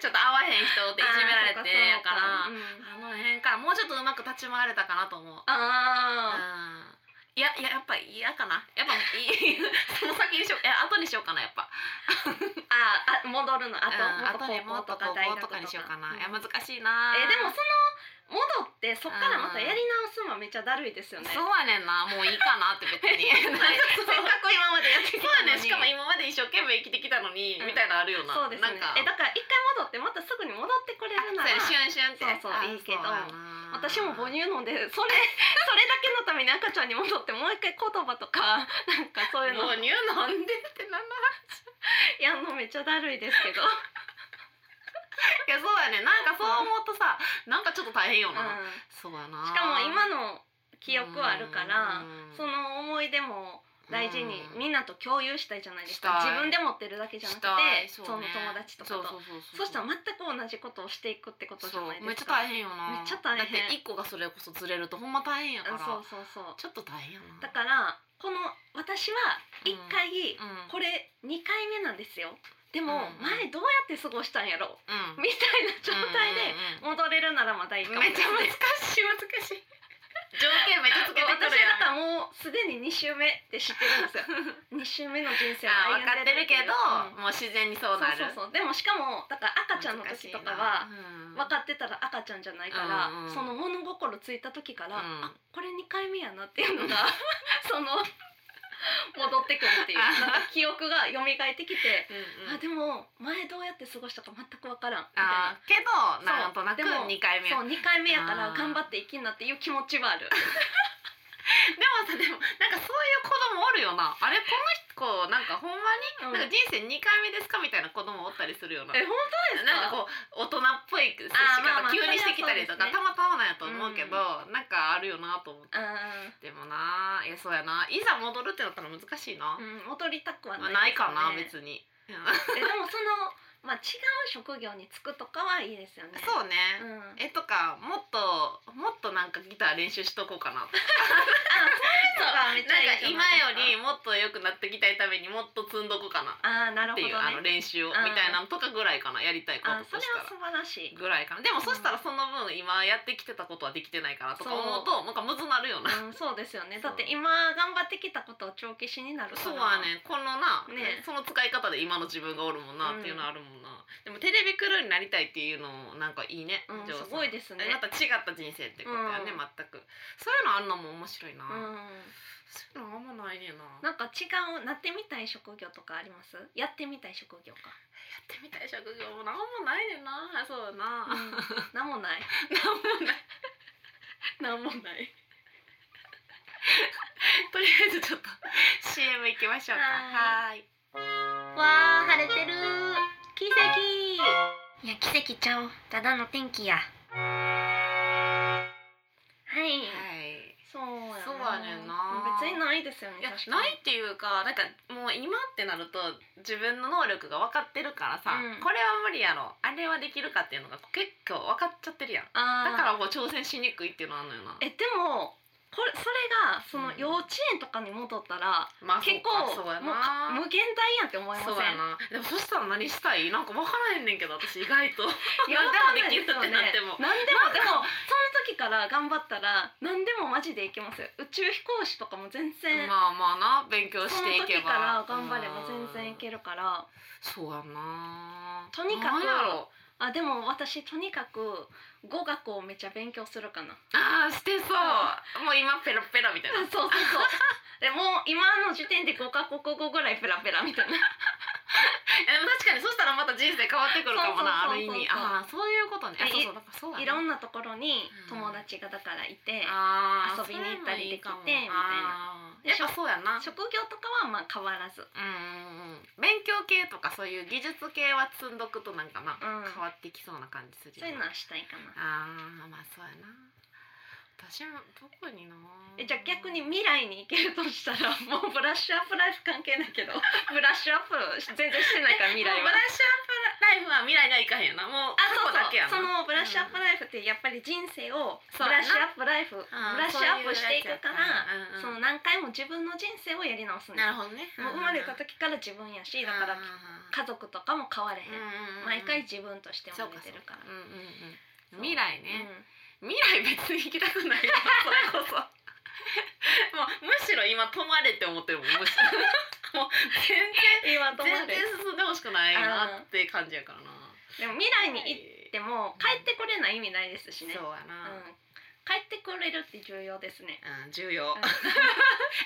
[SPEAKER 2] ちょっと合わへん人っていじめられてやからあ
[SPEAKER 1] あーそうかそううん
[SPEAKER 2] の辺からもうちょっとうまく立ち回れたかなと思ううん
[SPEAKER 1] あー
[SPEAKER 2] いやいややっぱ嫌かなやっぱい [LAUGHS] その先にしよういや後にしようかなやっぱ
[SPEAKER 1] ああ戻るのあ
[SPEAKER 2] あ
[SPEAKER 1] と
[SPEAKER 2] と、うん、後にもっと高校とかにしようかな、いや難しい
[SPEAKER 1] え
[SPEAKER 2] な
[SPEAKER 1] ーでもその戻ってそっからまたやり直すのはめっちゃだるいですよね。
[SPEAKER 2] そうやねんなもういいかなって別 [LAUGHS] に
[SPEAKER 1] せっかく今までやってき
[SPEAKER 2] そ
[SPEAKER 1] た
[SPEAKER 2] う
[SPEAKER 1] の
[SPEAKER 2] やね
[SPEAKER 1] に。
[SPEAKER 2] しかも今まで一生懸命生きてきたのに、みたいなのあるよな
[SPEAKER 1] そうです
[SPEAKER 2] なん
[SPEAKER 1] ね。
[SPEAKER 2] か
[SPEAKER 1] えだから一回戻ってまたすぐに戻ってこれるなら。
[SPEAKER 2] あそうやねシュンシュンって
[SPEAKER 1] そうそう
[SPEAKER 2] あ
[SPEAKER 1] いいけど
[SPEAKER 2] そうやな
[SPEAKER 1] 私も母乳飲んでそれそれだけのために赤ちゃんに戻ってもう一回言葉とか [LAUGHS] なんかそういうの
[SPEAKER 2] 母乳飲んでってなんなん
[SPEAKER 1] やんのめっちゃだるいですけど、う
[SPEAKER 2] いやそうやねなんかそう思うとさ、なんかちょっと大変よ
[SPEAKER 1] ん、
[SPEAKER 2] な、
[SPEAKER 1] し
[SPEAKER 2] そうやな
[SPEAKER 1] かも今の記憶はあるから
[SPEAKER 2] うん
[SPEAKER 1] その思い出も大事に
[SPEAKER 2] うん
[SPEAKER 1] みんなと共有したいじゃないです
[SPEAKER 2] した
[SPEAKER 1] か
[SPEAKER 2] い
[SPEAKER 1] 自分で持ってるだけじゃなくて
[SPEAKER 2] したい
[SPEAKER 1] そうの友
[SPEAKER 2] ね
[SPEAKER 1] 達とかと
[SPEAKER 2] そうそうそう
[SPEAKER 1] そうした
[SPEAKER 2] ら
[SPEAKER 1] ら全く同じことをしていくってことじゃないですか。
[SPEAKER 2] めっちゃ大
[SPEAKER 1] 変
[SPEAKER 2] 変よな
[SPEAKER 1] めっちゃ大変
[SPEAKER 2] だって一個がそれこそずれるとほんま大変やから
[SPEAKER 1] そうそうそう。
[SPEAKER 2] ちょっと大変やな
[SPEAKER 1] だからこの私は一回、
[SPEAKER 2] うん
[SPEAKER 1] これ二回目なんですよ。でも
[SPEAKER 2] うん
[SPEAKER 1] 前どうやって過ごしたんやろ
[SPEAKER 2] うん
[SPEAKER 1] みたいな状態で戻れるならまだいいかも。
[SPEAKER 2] めっちゃ難しい難しい条件めっちゃつけ
[SPEAKER 1] え
[SPEAKER 2] て
[SPEAKER 1] 私
[SPEAKER 2] くる
[SPEAKER 1] だ
[SPEAKER 2] やん
[SPEAKER 1] からもうすでに二週目って知ってるん
[SPEAKER 2] [LAUGHS]
[SPEAKER 1] ですよ。二週目の人生を
[SPEAKER 2] あ分か
[SPEAKER 1] 歩
[SPEAKER 2] っ
[SPEAKER 1] ん
[SPEAKER 2] て
[SPEAKER 1] で
[SPEAKER 2] る
[SPEAKER 1] る
[SPEAKER 2] けど、
[SPEAKER 1] うん
[SPEAKER 2] もう自然にそうなる
[SPEAKER 1] そうそうそう。でもしかもだから赤ちゃんの時とかは。分
[SPEAKER 2] っ
[SPEAKER 1] かってたら赤ちゃんじゃないから、
[SPEAKER 2] うんうん
[SPEAKER 1] その物心ついた時から、
[SPEAKER 2] うん
[SPEAKER 1] あこれ2回目やなっていうのが [LAUGHS] その戻ってくるっていうなんか記憶が蘇ってきて、
[SPEAKER 2] うんうん、
[SPEAKER 1] あでも前どうやって過ごしたか全く分からんみたい
[SPEAKER 2] あ
[SPEAKER 1] な
[SPEAKER 2] ーけどなんとなく
[SPEAKER 1] そうでも
[SPEAKER 2] 二回目や
[SPEAKER 1] そう2回目やから
[SPEAKER 2] あー
[SPEAKER 1] 頑張って生きんなっていう気持ちはある
[SPEAKER 2] でもさでもなんかそういう子供おるよなあれこの子なんかほんま
[SPEAKER 1] うん
[SPEAKER 2] に、なんか人生二回目ですかみたいな子供おったりするよな
[SPEAKER 1] え本当です
[SPEAKER 2] な
[SPEAKER 1] か
[SPEAKER 2] んかこう大人っぽい接し方、
[SPEAKER 1] あーまあまあ
[SPEAKER 2] 急にしてきたりと
[SPEAKER 1] そ
[SPEAKER 2] か、
[SPEAKER 1] れ
[SPEAKER 2] たまたまなんやと思うけど、なんかあるよなと思って
[SPEAKER 1] あ
[SPEAKER 2] でもないやそうやないざ戻るってなったら難しいな
[SPEAKER 1] ー、うん戻りたくは
[SPEAKER 2] ま
[SPEAKER 1] ない、
[SPEAKER 2] あないかな
[SPEAKER 1] です
[SPEAKER 2] 別に、うん
[SPEAKER 1] ねえでもその、まあ、違う職業に就くとかはいいですよねう、
[SPEAKER 2] [LAUGHS] そうね、
[SPEAKER 1] ん、あ
[SPEAKER 2] えとかもっともっとなんかギター練習しとこうかなと
[SPEAKER 1] そ
[SPEAKER 2] か
[SPEAKER 1] ういうのがめっちゃいい
[SPEAKER 2] なんか
[SPEAKER 1] じゃ
[SPEAKER 2] 今
[SPEAKER 1] ない
[SPEAKER 2] よ
[SPEAKER 1] ですか
[SPEAKER 2] りもっと良くなってきたいためにもっと積んどこうかな
[SPEAKER 1] ああなる
[SPEAKER 2] っ
[SPEAKER 1] ほ
[SPEAKER 2] て
[SPEAKER 1] ど
[SPEAKER 2] い
[SPEAKER 1] ね
[SPEAKER 2] うあの練習をみ
[SPEAKER 1] うん
[SPEAKER 2] たいなのとかぐらいかなやりたいこ
[SPEAKER 1] あ
[SPEAKER 2] と
[SPEAKER 1] それ
[SPEAKER 2] とした
[SPEAKER 1] は
[SPEAKER 2] ら
[SPEAKER 1] 素晴らしい。
[SPEAKER 2] ぐらいかなでもそしたら
[SPEAKER 1] うん
[SPEAKER 2] その分今やってきてたことはできてないからとか思うとなんかむずなるよな
[SPEAKER 1] うん、そうですよね。
[SPEAKER 2] [LAUGHS] そ
[SPEAKER 1] だ
[SPEAKER 2] う
[SPEAKER 1] って今頑張ってきたことを帳消しになるから。
[SPEAKER 2] そうは。ねこのな、
[SPEAKER 1] ね
[SPEAKER 2] その使い方で今の自分がおるもんな
[SPEAKER 1] うん
[SPEAKER 2] っていうのあるもんな、でもテレビクルーになりたいっていうのもなんかいいね、
[SPEAKER 1] うん
[SPEAKER 2] ジョーさ
[SPEAKER 1] すごいですね
[SPEAKER 2] また違った人生ってことやね、
[SPEAKER 1] うん
[SPEAKER 2] 全くそういうのあるのも面白いな、
[SPEAKER 1] うん。
[SPEAKER 2] そういうのあんまないねんなやっ
[SPEAKER 1] なんか違うなってみたい職業とかあります？やってみたい職業か。
[SPEAKER 2] てみたい職業もなんもないねんなそうだな、
[SPEAKER 1] うん、なんもない。
[SPEAKER 2] [LAUGHS]
[SPEAKER 1] なんもない。
[SPEAKER 2] [LAUGHS] とりあえずちょっと [LAUGHS] CM 行きましょうか
[SPEAKER 1] は
[SPEAKER 2] はーい
[SPEAKER 1] なんもない。わあ晴れてる。奇跡。いや奇跡ちゃう。ただの天気や。はい。
[SPEAKER 2] はい
[SPEAKER 1] そうやな。
[SPEAKER 2] そうやねんな
[SPEAKER 1] 別にないですよね。
[SPEAKER 2] いや
[SPEAKER 1] 確かに
[SPEAKER 2] ないっていうかなんかもう今ってなると自分の能力が分かってるからさ、
[SPEAKER 1] うん
[SPEAKER 2] これは無理やろあれはできるかっていうのが結構分かっちゃってるやんだ
[SPEAKER 1] あー
[SPEAKER 2] からもう挑戦しにくいっていうのはあるのよな
[SPEAKER 1] えでもこれそれがその
[SPEAKER 2] うん
[SPEAKER 1] 幼稚園とかに戻ったら、
[SPEAKER 2] まあ
[SPEAKER 1] 結構
[SPEAKER 2] そうかそうや
[SPEAKER 1] もうか
[SPEAKER 2] な
[SPEAKER 1] 無限大やんって思いません
[SPEAKER 2] そうやなでもそしたら何したいなんか分からへんねんけど私意外
[SPEAKER 1] [LAUGHS]
[SPEAKER 2] と
[SPEAKER 1] いや
[SPEAKER 2] 何
[SPEAKER 1] わかんな
[SPEAKER 2] でも
[SPEAKER 1] い
[SPEAKER 2] できるってなっても、
[SPEAKER 1] 何で
[SPEAKER 2] な
[SPEAKER 1] も
[SPEAKER 2] ん
[SPEAKER 1] で
[SPEAKER 2] か
[SPEAKER 1] もその時から頑張ったら何でもマジでいけますよ宇宙飛行士とかも全然、
[SPEAKER 2] まあまあな勉強し
[SPEAKER 1] その
[SPEAKER 2] てい
[SPEAKER 1] 時
[SPEAKER 2] け
[SPEAKER 1] から
[SPEAKER 2] ば
[SPEAKER 1] 頑張れば全然いけ
[SPEAKER 2] る
[SPEAKER 1] るから
[SPEAKER 2] そうやな
[SPEAKER 1] とにかく
[SPEAKER 2] なんやろ
[SPEAKER 1] あでも私とにかく語学をめっちゃ勉強するかな
[SPEAKER 2] [LAUGHS] あーしてそうもう今ペラペラみたいな
[SPEAKER 1] そうそうそうでも今の時点で5カ国語ぐらいペラペラみたいな
[SPEAKER 2] えでも確かにそしたらまた人生変わってくるかもなあ
[SPEAKER 1] そう
[SPEAKER 2] る
[SPEAKER 1] そう
[SPEAKER 2] 意
[SPEAKER 1] そうそう
[SPEAKER 2] 味ああーそういうことねあ
[SPEAKER 1] い
[SPEAKER 2] そうそうだからそうだ、ね、
[SPEAKER 1] いろ
[SPEAKER 2] なん
[SPEAKER 1] なところに友達がだからいて、
[SPEAKER 2] あー
[SPEAKER 1] 遊びに行ったりできてみたいな
[SPEAKER 2] それもいいかもあー
[SPEAKER 1] で
[SPEAKER 2] やっ
[SPEAKER 1] しょ
[SPEAKER 2] ぱそうやな
[SPEAKER 1] 職業とかはまあ変わらず、
[SPEAKER 2] うんうんうん勉強系とかそういう技術系は積んどくとなんかな、
[SPEAKER 1] うん
[SPEAKER 2] 変わってきそうな感じするよ
[SPEAKER 1] そういうのはしたいかな
[SPEAKER 2] あーまあそうやな私も特にな
[SPEAKER 1] えじゃあ逆に未来に行けるとしたらもうブラッシュアップライフ関係ない [LAUGHS] けどブラッシュアップ全然してないから未来
[SPEAKER 2] もうブ
[SPEAKER 1] は
[SPEAKER 2] ラ。ッシュアップライフは未来にはいかへんよなもう
[SPEAKER 1] あそう
[SPEAKER 2] 過去だけやな
[SPEAKER 1] そうそのブラッシュアップライフってやっぱり人生をブ
[SPEAKER 2] そうやな
[SPEAKER 1] ラッシュアップライフブ
[SPEAKER 2] うん
[SPEAKER 1] ラッシュアップしていくからそ
[SPEAKER 2] そういうやつやったうんうん
[SPEAKER 1] の何回も自分の人生をやり直すんです
[SPEAKER 2] なるほどね
[SPEAKER 1] もう生まれた時から自分やしだから
[SPEAKER 2] うんうん
[SPEAKER 1] 家族とかも変われへん
[SPEAKER 2] うんうん
[SPEAKER 1] 毎回自分として生
[SPEAKER 2] そう
[SPEAKER 1] ま
[SPEAKER 2] か
[SPEAKER 1] れてるから
[SPEAKER 2] そうかうんうんうん
[SPEAKER 1] そう
[SPEAKER 2] 未来
[SPEAKER 1] う
[SPEAKER 2] ね、
[SPEAKER 1] ん
[SPEAKER 2] 未来別に行きたくないよそれ [LAUGHS] こそもうむしろ今止まれって思ってるもんむしろもう全
[SPEAKER 1] 今止ま
[SPEAKER 2] [LAUGHS] 然全
[SPEAKER 1] る
[SPEAKER 2] 然進んでほしくないなって感じやからな
[SPEAKER 1] でも未来に行
[SPEAKER 2] っ
[SPEAKER 1] っても帰ってこれない意味ないですしね
[SPEAKER 2] そうや
[SPEAKER 1] う
[SPEAKER 2] な、
[SPEAKER 1] ん帰ってこれるって重要ですね
[SPEAKER 2] うん、重要。
[SPEAKER 1] ん
[SPEAKER 2] あし、 [LAUGHS]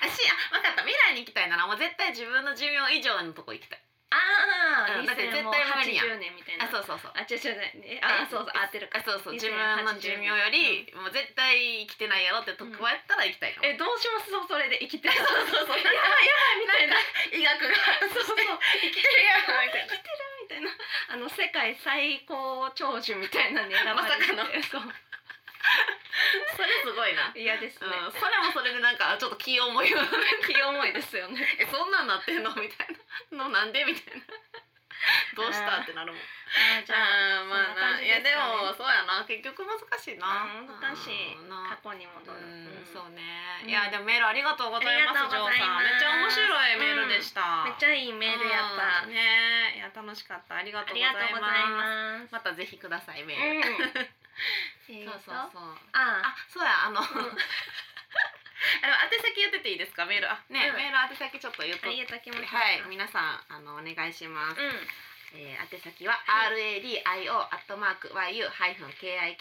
[SPEAKER 2] あ、分かった。未来に行きたいなら、もう絶対自分の寿命以上のとこ行きたい。
[SPEAKER 1] あ
[SPEAKER 2] う
[SPEAKER 1] あ
[SPEAKER 2] んだって絶対無理やん
[SPEAKER 1] 80年みたいな
[SPEAKER 2] あ、そうそうそう。
[SPEAKER 1] あ違う違うえあそうそう合ってるか
[SPEAKER 2] あ、そうそ
[SPEAKER 1] 2080
[SPEAKER 2] う。自分の寿命より、もう絶対生きてないやろってとこやったら行きたいかも。
[SPEAKER 1] えどうしますそそれで生きてる
[SPEAKER 2] [LAUGHS] そうそう
[SPEAKER 1] やばいやばいみたいな
[SPEAKER 2] 医学が。
[SPEAKER 1] そうそう生きてるやんみたいな生きてるみたいな [LAUGHS] あの世界最高長寿みたいなのに選ばれて
[SPEAKER 2] まさかの
[SPEAKER 1] そう
[SPEAKER 2] [LAUGHS] それすごいな。
[SPEAKER 1] 嫌です
[SPEAKER 2] う
[SPEAKER 1] ね、
[SPEAKER 2] ん、それもそれでなんかちょっと気重いよな
[SPEAKER 1] 気重いですよね
[SPEAKER 2] [LAUGHS] えそんなんなってんのみたいなのなんでみたいなどうしたってなるもん
[SPEAKER 1] あーじゃあ
[SPEAKER 2] あーまあな、
[SPEAKER 1] そんな感じ
[SPEAKER 2] いや
[SPEAKER 1] です
[SPEAKER 2] で
[SPEAKER 1] かね
[SPEAKER 2] もそうやな結局難しいな
[SPEAKER 1] あー難しい
[SPEAKER 2] うんな
[SPEAKER 1] 過去に戻る、
[SPEAKER 2] うん、
[SPEAKER 1] う
[SPEAKER 2] そ
[SPEAKER 1] ん
[SPEAKER 2] うね、
[SPEAKER 1] うん
[SPEAKER 2] いやでもメールありがとうございます
[SPEAKER 1] ありがとうございます
[SPEAKER 2] ジョーさんめっちゃ面白いメールでした、
[SPEAKER 1] めっちゃいいメールやった、
[SPEAKER 2] うんねいや楽しかったありが
[SPEAKER 1] あ
[SPEAKER 2] とうご
[SPEAKER 1] り
[SPEAKER 2] ざい
[SPEAKER 1] がとうござい
[SPEAKER 2] ます
[SPEAKER 1] ます
[SPEAKER 2] またぜひくださ
[SPEAKER 1] [LAUGHS]
[SPEAKER 2] いメール、
[SPEAKER 1] うんえー
[SPEAKER 2] そう
[SPEAKER 1] と
[SPEAKER 2] そうそう
[SPEAKER 1] あ
[SPEAKER 2] あそうやあの、 [LAUGHS] あ
[SPEAKER 1] うん
[SPEAKER 2] の宛先言ってていいですかメールあね、
[SPEAKER 1] うん
[SPEAKER 2] メール宛先ちょっと言っと
[SPEAKER 1] あ
[SPEAKER 2] って
[SPEAKER 1] りがとうございます
[SPEAKER 2] はい皆さんあのお願いします、
[SPEAKER 1] うん
[SPEAKER 2] えー、宛先は radio アットマーク yu ハイフン kikaori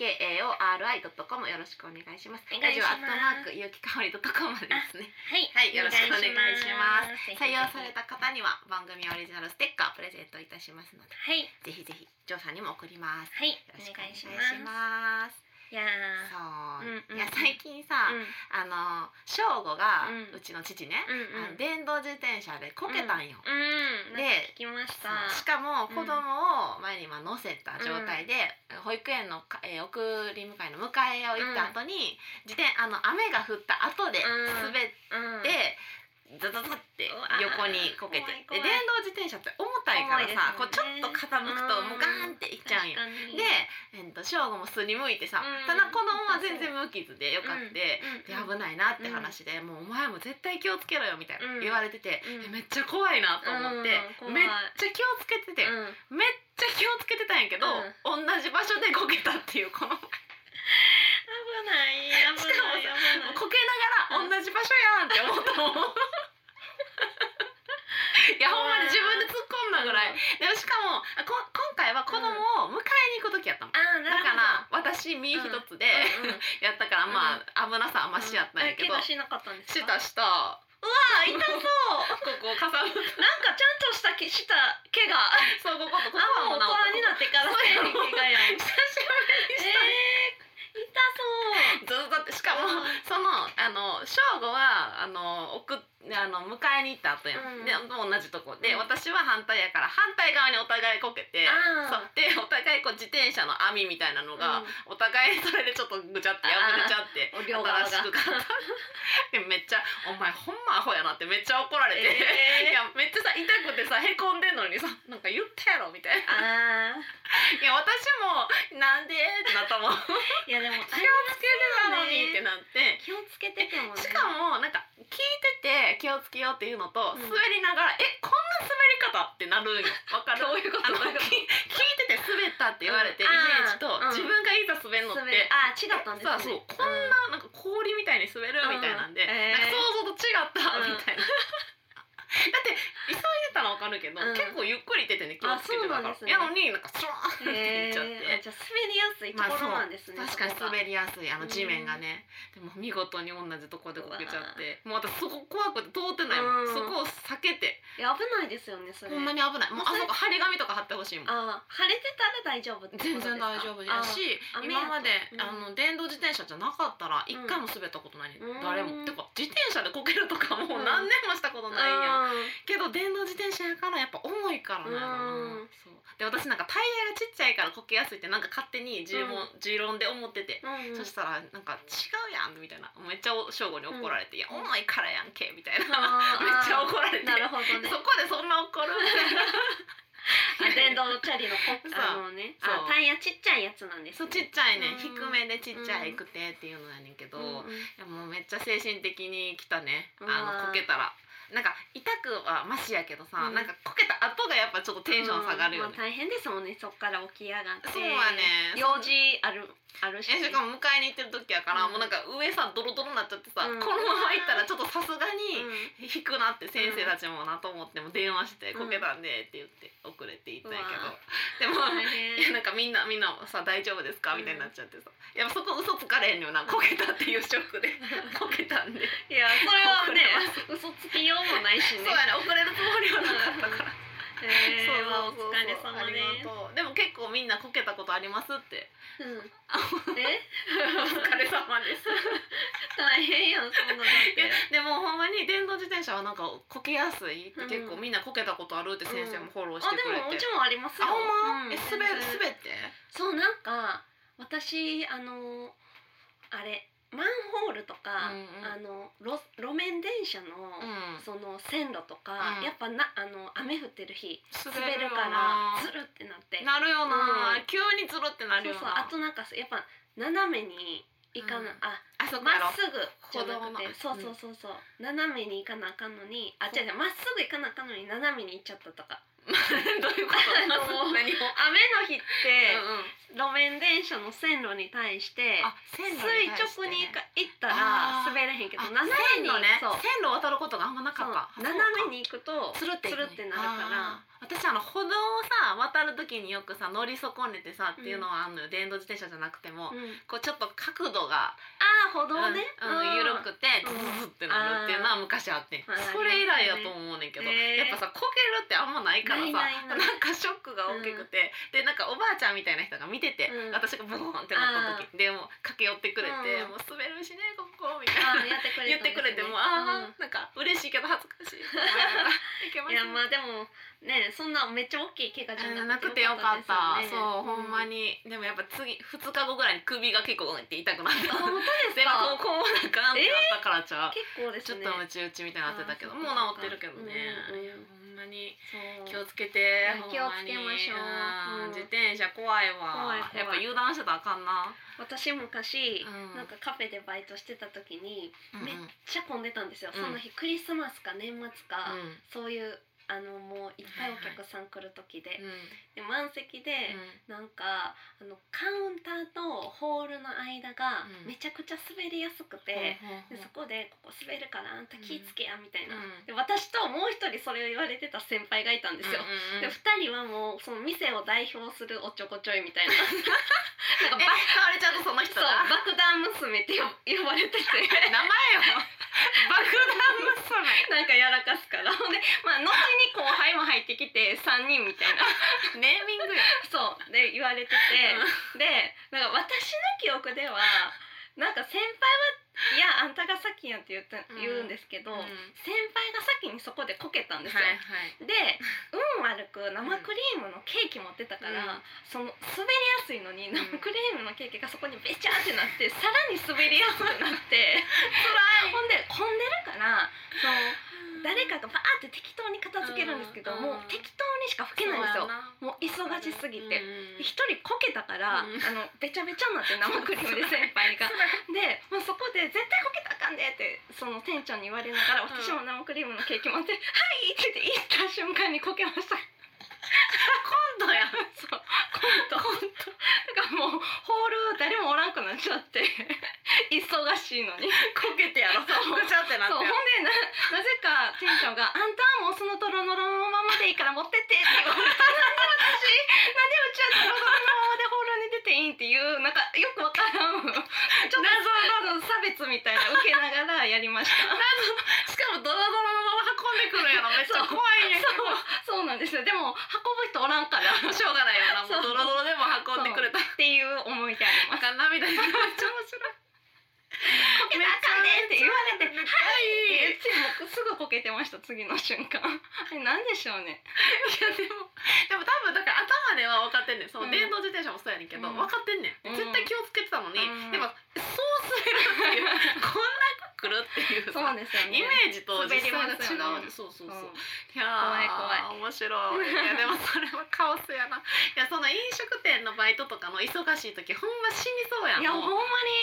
[SPEAKER 2] ドットコムよろしくお願いします。
[SPEAKER 1] お願いします
[SPEAKER 2] ラジオアットマーク有機香りドットコムまでです [LAUGHS] ね。
[SPEAKER 1] はい、
[SPEAKER 2] はいよろしくお願いしま
[SPEAKER 1] お願
[SPEAKER 2] す
[SPEAKER 1] いしま
[SPEAKER 2] 採用された方には番組オリジナルステッカープレゼントいたしますので、
[SPEAKER 1] はい、
[SPEAKER 2] ぜひぜひジョーさんにも送ります。
[SPEAKER 1] はい、
[SPEAKER 2] よ
[SPEAKER 1] お
[SPEAKER 2] ろ
[SPEAKER 1] 願
[SPEAKER 2] しくお願
[SPEAKER 1] い
[SPEAKER 2] い
[SPEAKER 1] し
[SPEAKER 2] し
[SPEAKER 1] ます。
[SPEAKER 2] ます。
[SPEAKER 1] いやー、
[SPEAKER 2] そう、
[SPEAKER 1] うんうん
[SPEAKER 2] いや最近さ、
[SPEAKER 1] うん、
[SPEAKER 2] あの正吾が、
[SPEAKER 1] う
[SPEAKER 2] うんちの父ね、
[SPEAKER 1] うん
[SPEAKER 2] あの電動自転車でこけたんよ。
[SPEAKER 1] うん、
[SPEAKER 2] で
[SPEAKER 1] なんか聞きました。
[SPEAKER 2] そうしかも子供を前に今乗せた状態で、保育園のか、えー送り迎えの迎えを行った後に、自転あの雨が降った後で
[SPEAKER 1] うん
[SPEAKER 2] 滑っ
[SPEAKER 1] うん、
[SPEAKER 2] て、ザザザって横にこけ
[SPEAKER 1] う
[SPEAKER 2] て
[SPEAKER 1] わー怖い怖い
[SPEAKER 2] で電動自転車って重たいからさ、こ
[SPEAKER 1] 重
[SPEAKER 2] う
[SPEAKER 1] いで
[SPEAKER 2] ち
[SPEAKER 1] すも
[SPEAKER 2] ょ
[SPEAKER 1] んね
[SPEAKER 2] っと傾くともうガーンっていっちゃうんよ。
[SPEAKER 1] 確かに
[SPEAKER 2] で、えっと正午もすりむいてさ、
[SPEAKER 1] うん
[SPEAKER 2] ただ子供は全然無傷でよかった。
[SPEAKER 1] うん
[SPEAKER 2] で危ないなって話で、もうお前も絶対気をつけろよみたい
[SPEAKER 1] うん
[SPEAKER 2] な言われてて、
[SPEAKER 1] うん
[SPEAKER 2] えめっちゃ怖いなと思って、
[SPEAKER 1] うん怖い
[SPEAKER 2] めっちゃ気をつけてて、
[SPEAKER 1] うん、
[SPEAKER 2] めっちゃ気をつけてたんやけど、同じ場所でこけたっていうこの
[SPEAKER 1] 危ない、危ない、危ない。
[SPEAKER 2] こけながら同じ場所やんって思ったもん。
[SPEAKER 1] [LAUGHS]
[SPEAKER 2] いやほんまに自分で突っ込んだぐらい、でしかもあこ今回は子供を迎えに行く時やったもん、
[SPEAKER 1] あー、
[SPEAKER 2] だ
[SPEAKER 1] なるほど。
[SPEAKER 2] から私身一つで、
[SPEAKER 1] うんうん
[SPEAKER 2] やったからまあ危なさはマシやったんやけど、
[SPEAKER 1] うん怪我しなかったんです
[SPEAKER 2] し
[SPEAKER 1] か。
[SPEAKER 2] たしたうわー痛そうここかさ
[SPEAKER 1] な
[SPEAKER 2] ぶ
[SPEAKER 1] んかちゃんとしたきした怪我。あ
[SPEAKER 2] そうこことここ
[SPEAKER 1] もう大人になっ
[SPEAKER 2] な
[SPEAKER 1] てから
[SPEAKER 2] そうやろ
[SPEAKER 1] 怪我やん。えー、
[SPEAKER 2] 久しぶりにした
[SPEAKER 1] 痛
[SPEAKER 2] ずっとってしか
[SPEAKER 1] うん
[SPEAKER 2] もそのあの正吾はあの送っあの迎えに行った後や
[SPEAKER 1] うん
[SPEAKER 2] ん、で同じとこで、
[SPEAKER 1] うん
[SPEAKER 2] 私は反対やから反対側にお互いこけて
[SPEAKER 1] あー
[SPEAKER 2] そうでお互いこう自転車の網みたいなの
[SPEAKER 1] そう。
[SPEAKER 2] が、お互いそれでちょっとぐちゃって破れちゃって
[SPEAKER 1] あ
[SPEAKER 2] [LAUGHS]
[SPEAKER 1] ーお両側が
[SPEAKER 2] 新しく買ったでめっちゃ「お前ほんまアホやな」ってめっちゃ怒られて、
[SPEAKER 1] え
[SPEAKER 2] [LAUGHS] いやめっちゃさ痛くてさへこんでんのにさなんか言ったやろみ
[SPEAKER 1] [LAUGHS]
[SPEAKER 2] たいな
[SPEAKER 1] ああ。
[SPEAKER 2] いや私もなんでってなっ
[SPEAKER 1] [LAUGHS]
[SPEAKER 2] たもん気を
[SPEAKER 1] いやでも気をつ
[SPEAKER 2] つけるのにってなって
[SPEAKER 1] 気をつけててもね
[SPEAKER 2] しかもなんか聞いてて気をつけようっていうのと、
[SPEAKER 1] うん
[SPEAKER 2] 滑りながら「えこんな滑り方?」ってなるんよわかる
[SPEAKER 1] どういうこと
[SPEAKER 2] あの
[SPEAKER 1] どういうこと
[SPEAKER 2] き聞いてて滑ったって言われて、
[SPEAKER 1] うん
[SPEAKER 2] イメージと、
[SPEAKER 1] あーうん
[SPEAKER 2] 自分がいざ滑るのっ
[SPEAKER 1] 滑る
[SPEAKER 2] て
[SPEAKER 1] あ違ったんですね
[SPEAKER 2] そうそうこんななんか氷みたいに滑るみたいなんで、
[SPEAKER 1] うんえー
[SPEAKER 2] なんか想像と違った
[SPEAKER 1] うん
[SPEAKER 2] みたいな、だって急いでたのわかるけど、
[SPEAKER 1] うん
[SPEAKER 2] 結構ゆっくり出てね気をつけてたから
[SPEAKER 1] あそうなんですね
[SPEAKER 2] やのになんかスワーンって
[SPEAKER 1] へ
[SPEAKER 2] いっ
[SPEAKER 1] え
[SPEAKER 2] ちゃって、
[SPEAKER 1] [LAUGHS] あじゃあ滑りやすいところなんですね、
[SPEAKER 2] 確かに
[SPEAKER 1] そこが
[SPEAKER 2] 滑りやすいあの
[SPEAKER 1] うん
[SPEAKER 2] 地面がね、でも見事に同じとこでこけちゃってもう私そこ怖くて通ってないもん、
[SPEAKER 1] うん
[SPEAKER 2] そこを避けて
[SPEAKER 1] いや危ないですよねそれ
[SPEAKER 2] ほんまに危ないもうあ
[SPEAKER 1] もうそれ
[SPEAKER 2] そこ張り紙とか貼ってほしいもん
[SPEAKER 1] あー晴れてたら大丈夫ってことです
[SPEAKER 2] 全
[SPEAKER 1] か
[SPEAKER 2] 然大丈夫やし
[SPEAKER 1] あ雨や
[SPEAKER 2] 今
[SPEAKER 1] と
[SPEAKER 2] まで、
[SPEAKER 1] うん
[SPEAKER 2] あの電動自転車じゃなかったら一
[SPEAKER 1] うん
[SPEAKER 2] 回も滑ったことない、
[SPEAKER 1] うん
[SPEAKER 2] 誰もてか自転車でこけるとかも
[SPEAKER 1] う
[SPEAKER 2] うん何年もしたこと
[SPEAKER 1] あー
[SPEAKER 2] ないやん、けど電動自転車やからやっぱ重いからな,、
[SPEAKER 1] うん
[SPEAKER 2] そうで私なんかタイヤがちっちゃいからこけやすいってなんか勝手に持論,、持論で思ってて、
[SPEAKER 1] うんうん
[SPEAKER 2] そしたらなんか違うやんみたいなめっちゃ省吾に怒られて「いや重いからやんけ」みたいな、
[SPEAKER 1] あー
[SPEAKER 2] めっちゃ怒られて
[SPEAKER 1] なるほどね
[SPEAKER 2] そこでそんな怒るみた
[SPEAKER 1] [LAUGHS] あ電
[SPEAKER 2] いな
[SPEAKER 1] 動チャリのこ
[SPEAKER 2] そう
[SPEAKER 1] あのね
[SPEAKER 2] そ
[SPEAKER 1] あ
[SPEAKER 2] う
[SPEAKER 1] タイヤちっちゃいやつなんです
[SPEAKER 2] そう
[SPEAKER 1] ね
[SPEAKER 2] ちっちゃいね、
[SPEAKER 1] うん
[SPEAKER 2] 低めでちっちゃいくてっていうのやねんけど、
[SPEAKER 1] うんうん
[SPEAKER 2] いやもうめっちゃ精神的にきたね
[SPEAKER 1] うわー
[SPEAKER 2] あのこけたらなんか痛くはマシやけどさ、
[SPEAKER 1] うん
[SPEAKER 2] なんかこけた後がやっぱちょっとテンション下がるよ
[SPEAKER 1] うん
[SPEAKER 2] ね、
[SPEAKER 1] まあ、大変ですもんねそっから起き上がって
[SPEAKER 2] そうやね
[SPEAKER 1] 用事あるあるし、
[SPEAKER 2] えしかも迎えに行ってる時やから、
[SPEAKER 1] うん
[SPEAKER 2] もうなんか上さドロドロになっちゃってさ、
[SPEAKER 1] うん
[SPEAKER 2] このまま行ったらちょっとさすが
[SPEAKER 1] うん
[SPEAKER 2] に引くなって先生たちもなと思っても電話して「こけたんで」って言って遅れて行ったんやけど、でも
[SPEAKER 1] 大
[SPEAKER 2] いや
[SPEAKER 1] 変
[SPEAKER 2] なんかみんなみんなさ大丈夫ですかみたいになっちゃってさ、やっぱそこ嘘つかれへんのよなこけたっていうショックで [LAUGHS] こけたんで、
[SPEAKER 1] いやそれは
[SPEAKER 2] 遅れ
[SPEAKER 1] ね
[SPEAKER 2] [LAUGHS]
[SPEAKER 1] 嘘つきようもないし
[SPEAKER 2] そう
[SPEAKER 1] ね
[SPEAKER 2] やね遅れるつもりはなかったから。
[SPEAKER 1] え
[SPEAKER 2] そう
[SPEAKER 1] ーまあお
[SPEAKER 2] そうそう
[SPEAKER 1] 疲れ様で
[SPEAKER 2] ありがとうでも結構みんなこけたことあります
[SPEAKER 1] [LAUGHS]
[SPEAKER 2] って。
[SPEAKER 1] すうんえ
[SPEAKER 2] [LAUGHS] お疲れ様です。
[SPEAKER 1] 大変やんそんなのだっ
[SPEAKER 2] いや
[SPEAKER 1] て
[SPEAKER 2] でもほんまに電動自転車はなんかこけやすいって結構
[SPEAKER 1] うん
[SPEAKER 2] みんなこけたことあるって先生もフォローし
[SPEAKER 1] あ
[SPEAKER 2] てくれ
[SPEAKER 1] でもう
[SPEAKER 2] て
[SPEAKER 1] ち。もあります
[SPEAKER 2] あ
[SPEAKER 1] よ
[SPEAKER 2] ほ
[SPEAKER 1] うん
[SPEAKER 2] んま？え滑
[SPEAKER 1] 全
[SPEAKER 2] る
[SPEAKER 1] 然
[SPEAKER 2] 滑って？
[SPEAKER 1] そうなんか私あのあれマンホールとか、
[SPEAKER 2] うんうん
[SPEAKER 1] あの路路面電車の、
[SPEAKER 2] うん。
[SPEAKER 1] その線路とか、
[SPEAKER 2] うん
[SPEAKER 1] やっぱなあの雨降ってる日滑る
[SPEAKER 2] よ
[SPEAKER 1] から
[SPEAKER 2] な
[SPEAKER 1] ズルってなって
[SPEAKER 2] なるよな、
[SPEAKER 1] うん
[SPEAKER 2] 急につるってなる
[SPEAKER 1] そう
[SPEAKER 2] よ
[SPEAKER 1] そうあとな
[SPEAKER 2] な
[SPEAKER 1] んかやっぱ斜めに行かな、
[SPEAKER 2] うん
[SPEAKER 1] あ
[SPEAKER 2] あそこ
[SPEAKER 1] ま
[SPEAKER 2] やろ
[SPEAKER 1] っすぐじゃなくて
[SPEAKER 2] 歩道
[SPEAKER 1] そうそう
[SPEAKER 2] の
[SPEAKER 1] そうそう、斜めに行かなあかんのにあ
[SPEAKER 2] そ
[SPEAKER 1] 違う違
[SPEAKER 2] う
[SPEAKER 1] うまっすぐ行かなあかんのに斜めに行っちゃったとか
[SPEAKER 2] [LAUGHS] どういうこ
[SPEAKER 1] あ
[SPEAKER 2] と
[SPEAKER 1] [LAUGHS] の
[SPEAKER 2] 何
[SPEAKER 1] 雨
[SPEAKER 2] を、
[SPEAKER 1] の日っ
[SPEAKER 2] うん
[SPEAKER 1] て、
[SPEAKER 2] うん、
[SPEAKER 1] 路面電車の線路に対して
[SPEAKER 2] あ線
[SPEAKER 1] 垂
[SPEAKER 2] 路に対して
[SPEAKER 1] 直に行か行った
[SPEAKER 2] あ
[SPEAKER 1] ら
[SPEAKER 2] ー
[SPEAKER 1] 滑れへんけど
[SPEAKER 2] あ
[SPEAKER 1] 斜めに
[SPEAKER 2] 線路ね
[SPEAKER 1] そう
[SPEAKER 2] 線路渡ることがあんまな
[SPEAKER 1] そ
[SPEAKER 2] か
[SPEAKER 1] う
[SPEAKER 2] ったあそうか
[SPEAKER 1] 斜めに行くと
[SPEAKER 2] つるっていくね
[SPEAKER 1] つるってなるから
[SPEAKER 2] あー私あの歩道をさ渡る時によくさ乗り損ねてさっていうのはあんのよ、電動自転車じゃなくても、
[SPEAKER 1] うん
[SPEAKER 2] こうちょっと角度が、
[SPEAKER 1] ああ歩
[SPEAKER 2] うん
[SPEAKER 1] 道ね、
[SPEAKER 2] うん、緩くて
[SPEAKER 1] うん
[SPEAKER 2] ズズってなるっていうのは昔あってん、
[SPEAKER 1] あー
[SPEAKER 2] それ以来やと思うねんけど、
[SPEAKER 1] へー
[SPEAKER 2] やっぱさこけるってあんまないからさ
[SPEAKER 1] ないないない
[SPEAKER 2] んかショックが大きくて、でなんかおばあちゃんみたいな人が見てて、
[SPEAKER 1] うん
[SPEAKER 2] 私がボーンってなった時でもう駆け寄ってくれて、
[SPEAKER 1] うん
[SPEAKER 2] もう滑るしねここみたい
[SPEAKER 1] あ
[SPEAKER 2] な
[SPEAKER 1] ー。やってくれ
[SPEAKER 2] 言ってくれてもうああ、
[SPEAKER 1] あ
[SPEAKER 2] なんか嬉しいけど恥ずかしい。 [LAUGHS] いけま
[SPEAKER 1] い
[SPEAKER 2] す
[SPEAKER 1] やまあでもねそんなめっちゃ大きい怪我じゃ
[SPEAKER 2] な
[SPEAKER 1] な
[SPEAKER 2] く
[SPEAKER 1] くて
[SPEAKER 2] てよ
[SPEAKER 1] よか
[SPEAKER 2] かっ
[SPEAKER 1] ったたですよね
[SPEAKER 2] そうほんまに、でもやっぱ次2日後ぐらいに首が結構って痛くなった
[SPEAKER 1] あ本当で
[SPEAKER 2] 背
[SPEAKER 1] す
[SPEAKER 2] 中
[SPEAKER 1] か
[SPEAKER 2] をこうなんかなんてなったからちゃう、
[SPEAKER 1] 結構です
[SPEAKER 2] ちょっ
[SPEAKER 1] ね
[SPEAKER 2] とムチ打ちみたいになってたけど
[SPEAKER 1] あー
[SPEAKER 2] も
[SPEAKER 1] そっ
[SPEAKER 2] う
[SPEAKER 1] か
[SPEAKER 2] 治ってるけどね、
[SPEAKER 1] うんうん
[SPEAKER 2] いやほんまに
[SPEAKER 1] そう
[SPEAKER 2] 気をつけて
[SPEAKER 1] いや
[SPEAKER 2] ほんまに
[SPEAKER 1] 気をつけましょううん
[SPEAKER 2] ん自転車怖い
[SPEAKER 1] 怖い
[SPEAKER 2] わ
[SPEAKER 1] 怖い
[SPEAKER 2] やっぱ油断してたらあかんな、
[SPEAKER 1] 私昔、
[SPEAKER 2] うん
[SPEAKER 1] なんかカフェでバイトしてた時にめっ
[SPEAKER 2] うんうん
[SPEAKER 1] ちゃ混んでたんですよ、
[SPEAKER 2] うん
[SPEAKER 1] その日クリスマスか年末か、
[SPEAKER 2] うん
[SPEAKER 1] そういうあのもういっぱいお客さん来る時で,、
[SPEAKER 2] うん
[SPEAKER 1] で満席で、なんかあのカウンターとホールの間が
[SPEAKER 2] うん
[SPEAKER 1] めちゃくちゃ滑りやすくて、でそこで「ここ滑るからあんた気ぃつけや」みたいな、
[SPEAKER 2] うん
[SPEAKER 1] で私ともう一人それを言われてた先輩がいたんですよ、で2人はもうその店を代表するおちょこちょいみたいななん
[SPEAKER 2] え
[SPEAKER 1] かバ
[SPEAKER 2] 買われちゃうとその人
[SPEAKER 1] そう
[SPEAKER 2] が
[SPEAKER 1] 爆弾娘って呼呼ばれ
[SPEAKER 2] [LAUGHS]
[SPEAKER 1] てて
[SPEAKER 2] 名前よ
[SPEAKER 1] [LAUGHS]
[SPEAKER 2] 爆弾娘
[SPEAKER 1] なんかやらかすからほんで、まあ、後に後輩も入ってきて3人みたいな
[SPEAKER 2] [LAUGHS] ネーミングや。
[SPEAKER 1] そうで言われてて、でなんか私の記憶ではなんか先輩は「いやあんたが先や」って言った、
[SPEAKER 2] うん
[SPEAKER 1] 言うんですけど、
[SPEAKER 2] うん
[SPEAKER 1] 先輩が先にそこでこけたんですよ。
[SPEAKER 2] はい。
[SPEAKER 1] で運悪く生クリームのケーキ持ってたから、
[SPEAKER 2] うん
[SPEAKER 1] その滑りやすいのに生クリームのケーキがそこにべちゃってなってさらに滑りやすくなってほんで混んでるからその誰かがバーって適当に片付けるんですけど、
[SPEAKER 2] うん
[SPEAKER 1] もう適当にしか拭けないんですよ。もう忙しすぎて。一人こけたから、
[SPEAKER 2] うん
[SPEAKER 1] あのべちゃべちゃになって生クリームで先輩
[SPEAKER 2] [LAUGHS]
[SPEAKER 1] がで、まあ、そこで「絶対こけたらあかんで」ってその店長に言われながら
[SPEAKER 2] うん
[SPEAKER 1] 私も生クリームのケーキ持って「はい!」って言って行った瞬間にこけました
[SPEAKER 2] 今度や。
[SPEAKER 1] そうコントだからもうホール誰もおらんくなっちゃって忙しいのに
[SPEAKER 2] こけてや [LAUGHS] ろ
[SPEAKER 1] そう
[SPEAKER 2] ぐちゃってなっ
[SPEAKER 1] そうほん
[SPEAKER 2] て
[SPEAKER 1] でななぜか店長が「あんたはもうそのドロドロのままでいいから持ってって」って言われて「なんで私なんでうちはドロドロのままでホールに出ていいん?」っていうなんかよくわからんちょっと謎の差別みたいな受けながらやりました。
[SPEAKER 2] しかもドロドロのまま運んでくるやろめっちゃ怖いんやけ
[SPEAKER 1] [LAUGHS]
[SPEAKER 2] ど
[SPEAKER 1] そうそうなんですよでも運ぶ人おらんからっ
[SPEAKER 2] しょうがないよなもうドロドロでも運んでくれた
[SPEAKER 1] ていう思いでありま
[SPEAKER 2] なん
[SPEAKER 1] す。
[SPEAKER 2] か涙出てめっちゃ面白い
[SPEAKER 1] こけたらあかんでって言われて
[SPEAKER 2] めっち
[SPEAKER 1] え
[SPEAKER 2] ゃいい
[SPEAKER 1] もうすぐこけてました次の瞬間。あれなんでしょうね。
[SPEAKER 2] いやでもでも多分だから頭では分かってんねんそうの
[SPEAKER 1] ん
[SPEAKER 2] 電動自転車もそうやねんけど、
[SPEAKER 1] うん
[SPEAKER 2] 分かってんねん
[SPEAKER 1] うん
[SPEAKER 2] 絶対気をつけてたのに、
[SPEAKER 1] うん
[SPEAKER 2] でもそうするっ
[SPEAKER 1] [LAUGHS]
[SPEAKER 2] ていうこんなくるっていう
[SPEAKER 1] そう
[SPEAKER 2] さ
[SPEAKER 1] ですよね。
[SPEAKER 2] イメージと
[SPEAKER 1] 滑り
[SPEAKER 2] 実際
[SPEAKER 1] ま
[SPEAKER 2] が
[SPEAKER 1] す
[SPEAKER 2] 違
[SPEAKER 1] よね
[SPEAKER 2] う、そうそうそう、
[SPEAKER 1] うん
[SPEAKER 2] いやー面白いいやでもそれはカオスやないやその飲食店のバイトとかの忙しい時ほんま死にそうやん
[SPEAKER 1] いやほんま
[SPEAKER 2] も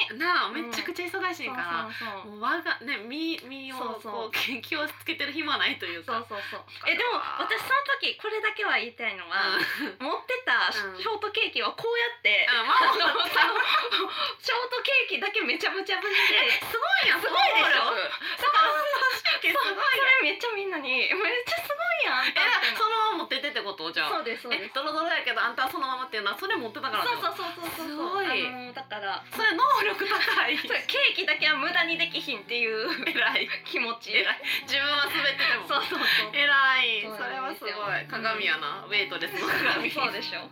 [SPEAKER 2] う
[SPEAKER 1] に。
[SPEAKER 2] なあ
[SPEAKER 1] うん
[SPEAKER 2] めちゃくちゃ忙しいから、
[SPEAKER 1] そうそうそう。
[SPEAKER 2] もう我がね身身を
[SPEAKER 1] そうそう
[SPEAKER 2] こう気気をつけてる暇ないという
[SPEAKER 1] そう
[SPEAKER 2] か
[SPEAKER 1] そうそうえでも私その時これだけは言いたいのは、
[SPEAKER 2] うん
[SPEAKER 1] 持ってたシ
[SPEAKER 2] うん
[SPEAKER 1] ョートケーキはこうやって、
[SPEAKER 2] あ
[SPEAKER 1] あ [LAUGHS]
[SPEAKER 2] まあ
[SPEAKER 1] のショートケーキだけめちゃめちゃぶって
[SPEAKER 2] すごいやん
[SPEAKER 1] すごいでしょ
[SPEAKER 2] だから神経すご
[SPEAKER 1] そ
[SPEAKER 2] いやん
[SPEAKER 1] れめっちゃみんなに「めっちゃすごいやん」って
[SPEAKER 2] え
[SPEAKER 1] 言って
[SPEAKER 2] そのまま持っててってことじゃあ
[SPEAKER 1] そうですそう
[SPEAKER 2] え
[SPEAKER 1] です
[SPEAKER 2] ドロドロやけどあんたはそのままっていうのはそれ持ってたからって
[SPEAKER 1] そう
[SPEAKER 2] こと
[SPEAKER 1] そうそうそうそう
[SPEAKER 2] すごい
[SPEAKER 1] あのだから
[SPEAKER 2] それ能力高い
[SPEAKER 1] それケーキだけは無駄にできひんっていう
[SPEAKER 2] 偉い
[SPEAKER 1] 気持ち
[SPEAKER 2] 偉い自分は滑ってても
[SPEAKER 1] そうそうそう
[SPEAKER 2] 偉い
[SPEAKER 1] そう
[SPEAKER 2] それ
[SPEAKER 1] なん
[SPEAKER 2] は
[SPEAKER 1] です
[SPEAKER 2] す
[SPEAKER 1] よ
[SPEAKER 2] ごい鏡やなウェイトレスの鏡
[SPEAKER 1] そう
[SPEAKER 2] [LAUGHS]
[SPEAKER 1] でしょ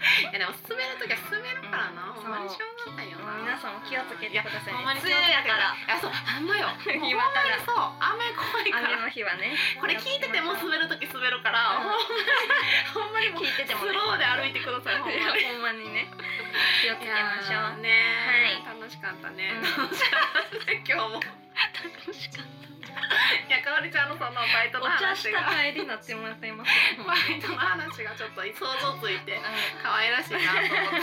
[SPEAKER 2] いやでも滑るときは滑るからな、
[SPEAKER 1] うん
[SPEAKER 2] ほんまにしょうがないよな
[SPEAKER 1] 皆さんも気をつけてくださいね
[SPEAKER 2] やほんまに気をつけて
[SPEAKER 1] 梅雨やから
[SPEAKER 2] いやそうほんまよほんま
[SPEAKER 1] [LAUGHS]
[SPEAKER 2] に
[SPEAKER 1] 今から
[SPEAKER 2] そう雨怖いか
[SPEAKER 1] 雨
[SPEAKER 2] ら
[SPEAKER 1] の日はね
[SPEAKER 2] これ聞いてても滑るとき滑るか
[SPEAKER 1] [LAUGHS]
[SPEAKER 2] ら、
[SPEAKER 1] うん
[SPEAKER 2] ほんまにほんまにもう
[SPEAKER 1] 聞いててもね
[SPEAKER 2] スローで歩いてくださいほんま
[SPEAKER 1] い
[SPEAKER 2] に
[SPEAKER 1] やほんまにね気をつけましょう
[SPEAKER 2] いやーねー、
[SPEAKER 1] は
[SPEAKER 2] 楽しかったね、
[SPEAKER 1] うん
[SPEAKER 2] 楽しかったね [LAUGHS] 今日も
[SPEAKER 1] 楽しかっ
[SPEAKER 2] いやかおりちゃんのそのバイト
[SPEAKER 1] た
[SPEAKER 2] の
[SPEAKER 1] お茶
[SPEAKER 2] 話
[SPEAKER 1] し
[SPEAKER 2] が
[SPEAKER 1] た帰りになってもらっています
[SPEAKER 2] バイトの話がちょっと想像ついて可愛らしいなと思って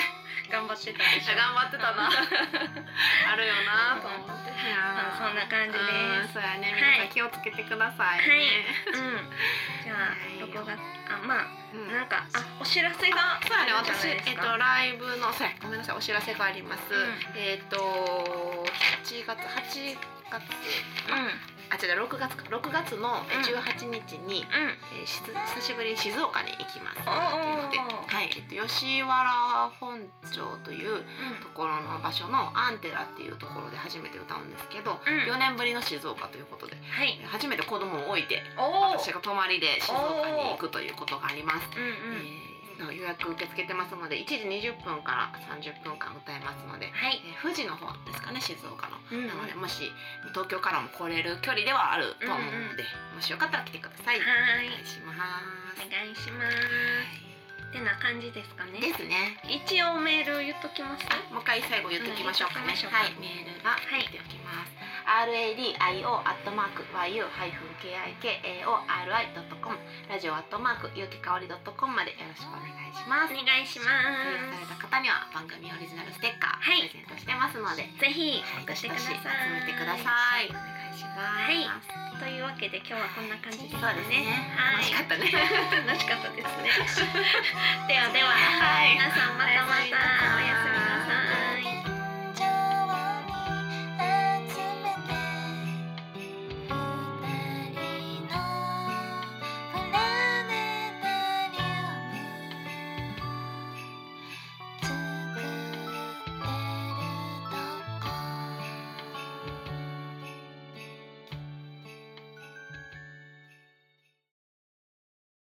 [SPEAKER 1] 頑張ってたでしょ
[SPEAKER 2] 頑張ってた
[SPEAKER 1] [LAUGHS]
[SPEAKER 2] なあるよなと思っていやー
[SPEAKER 1] そんな感じです
[SPEAKER 2] うんそうやね皆さん気をつけてください
[SPEAKER 1] はいうん
[SPEAKER 2] ね、
[SPEAKER 1] じゃあ録画あまあ
[SPEAKER 2] うん
[SPEAKER 1] なんかあお知らせが
[SPEAKER 2] あそうやね、
[SPEAKER 1] あるん
[SPEAKER 2] 私、
[SPEAKER 1] じゃないですか
[SPEAKER 2] えっと、ライブの、そうや、ごめんなさい、お知らせがあります。
[SPEAKER 1] うん
[SPEAKER 2] えっと、七月、八月、あ、違う、六月か、六月の
[SPEAKER 1] うん
[SPEAKER 2] 十八日に、
[SPEAKER 1] うんうん
[SPEAKER 2] えーしつ久しぶりに静岡に行きます。
[SPEAKER 1] おー
[SPEAKER 2] というのではい、えっと、吉原本町というところの場所のアンテラっていうところで初めて歌うんですけど、
[SPEAKER 1] うん
[SPEAKER 2] 4年ぶりの静岡ということで
[SPEAKER 1] はい
[SPEAKER 2] 初めて子供を置いて
[SPEAKER 1] おー
[SPEAKER 2] 私が泊まりで静岡に行くということがあります。
[SPEAKER 1] うん
[SPEAKER 2] え
[SPEAKER 1] うん
[SPEAKER 2] ーの予約受け付けてますので1時20分から30分間歌えますので、
[SPEAKER 1] は
[SPEAKER 2] え
[SPEAKER 1] い
[SPEAKER 2] ー富士の方ですかね静岡の、
[SPEAKER 1] うんうん
[SPEAKER 2] なのでもし東京からも来れる距離ではあると思うので、もしよかったら来てください、
[SPEAKER 1] は
[SPEAKER 2] お願
[SPEAKER 1] ーい
[SPEAKER 2] いします、
[SPEAKER 1] お願いしますってな感じですかね
[SPEAKER 2] ですね
[SPEAKER 1] 一応メール言っときます
[SPEAKER 2] あもう一回最後言っときましょうかね、
[SPEAKER 1] うん言っときましょうか
[SPEAKER 2] はいメールが
[SPEAKER 1] はい
[SPEAKER 2] 言っておきます、radio アットマーク yu ハイフン k i k a o r i ドットコムラジオアットマークゆうきかおりドットコムまでよろしくお願いしま
[SPEAKER 1] お
[SPEAKER 2] す
[SPEAKER 1] 願いしま
[SPEAKER 2] 採用された方には番組オリジナルステッカ
[SPEAKER 1] は
[SPEAKER 2] ー
[SPEAKER 1] い
[SPEAKER 2] プレゼントしてますので、
[SPEAKER 1] すぜひ送
[SPEAKER 2] はい
[SPEAKER 1] ってくださ
[SPEAKER 2] どしどし集めてくださいお願いします、はい
[SPEAKER 1] というわけで今日はこんな感じですね
[SPEAKER 2] そうですね、
[SPEAKER 1] はい
[SPEAKER 2] 楽しかったね [LAUGHS]
[SPEAKER 1] 楽しかったですねではでは、
[SPEAKER 2] はい
[SPEAKER 1] 皆さんまたまたお
[SPEAKER 2] おやすみなさい
[SPEAKER 1] やすみなさい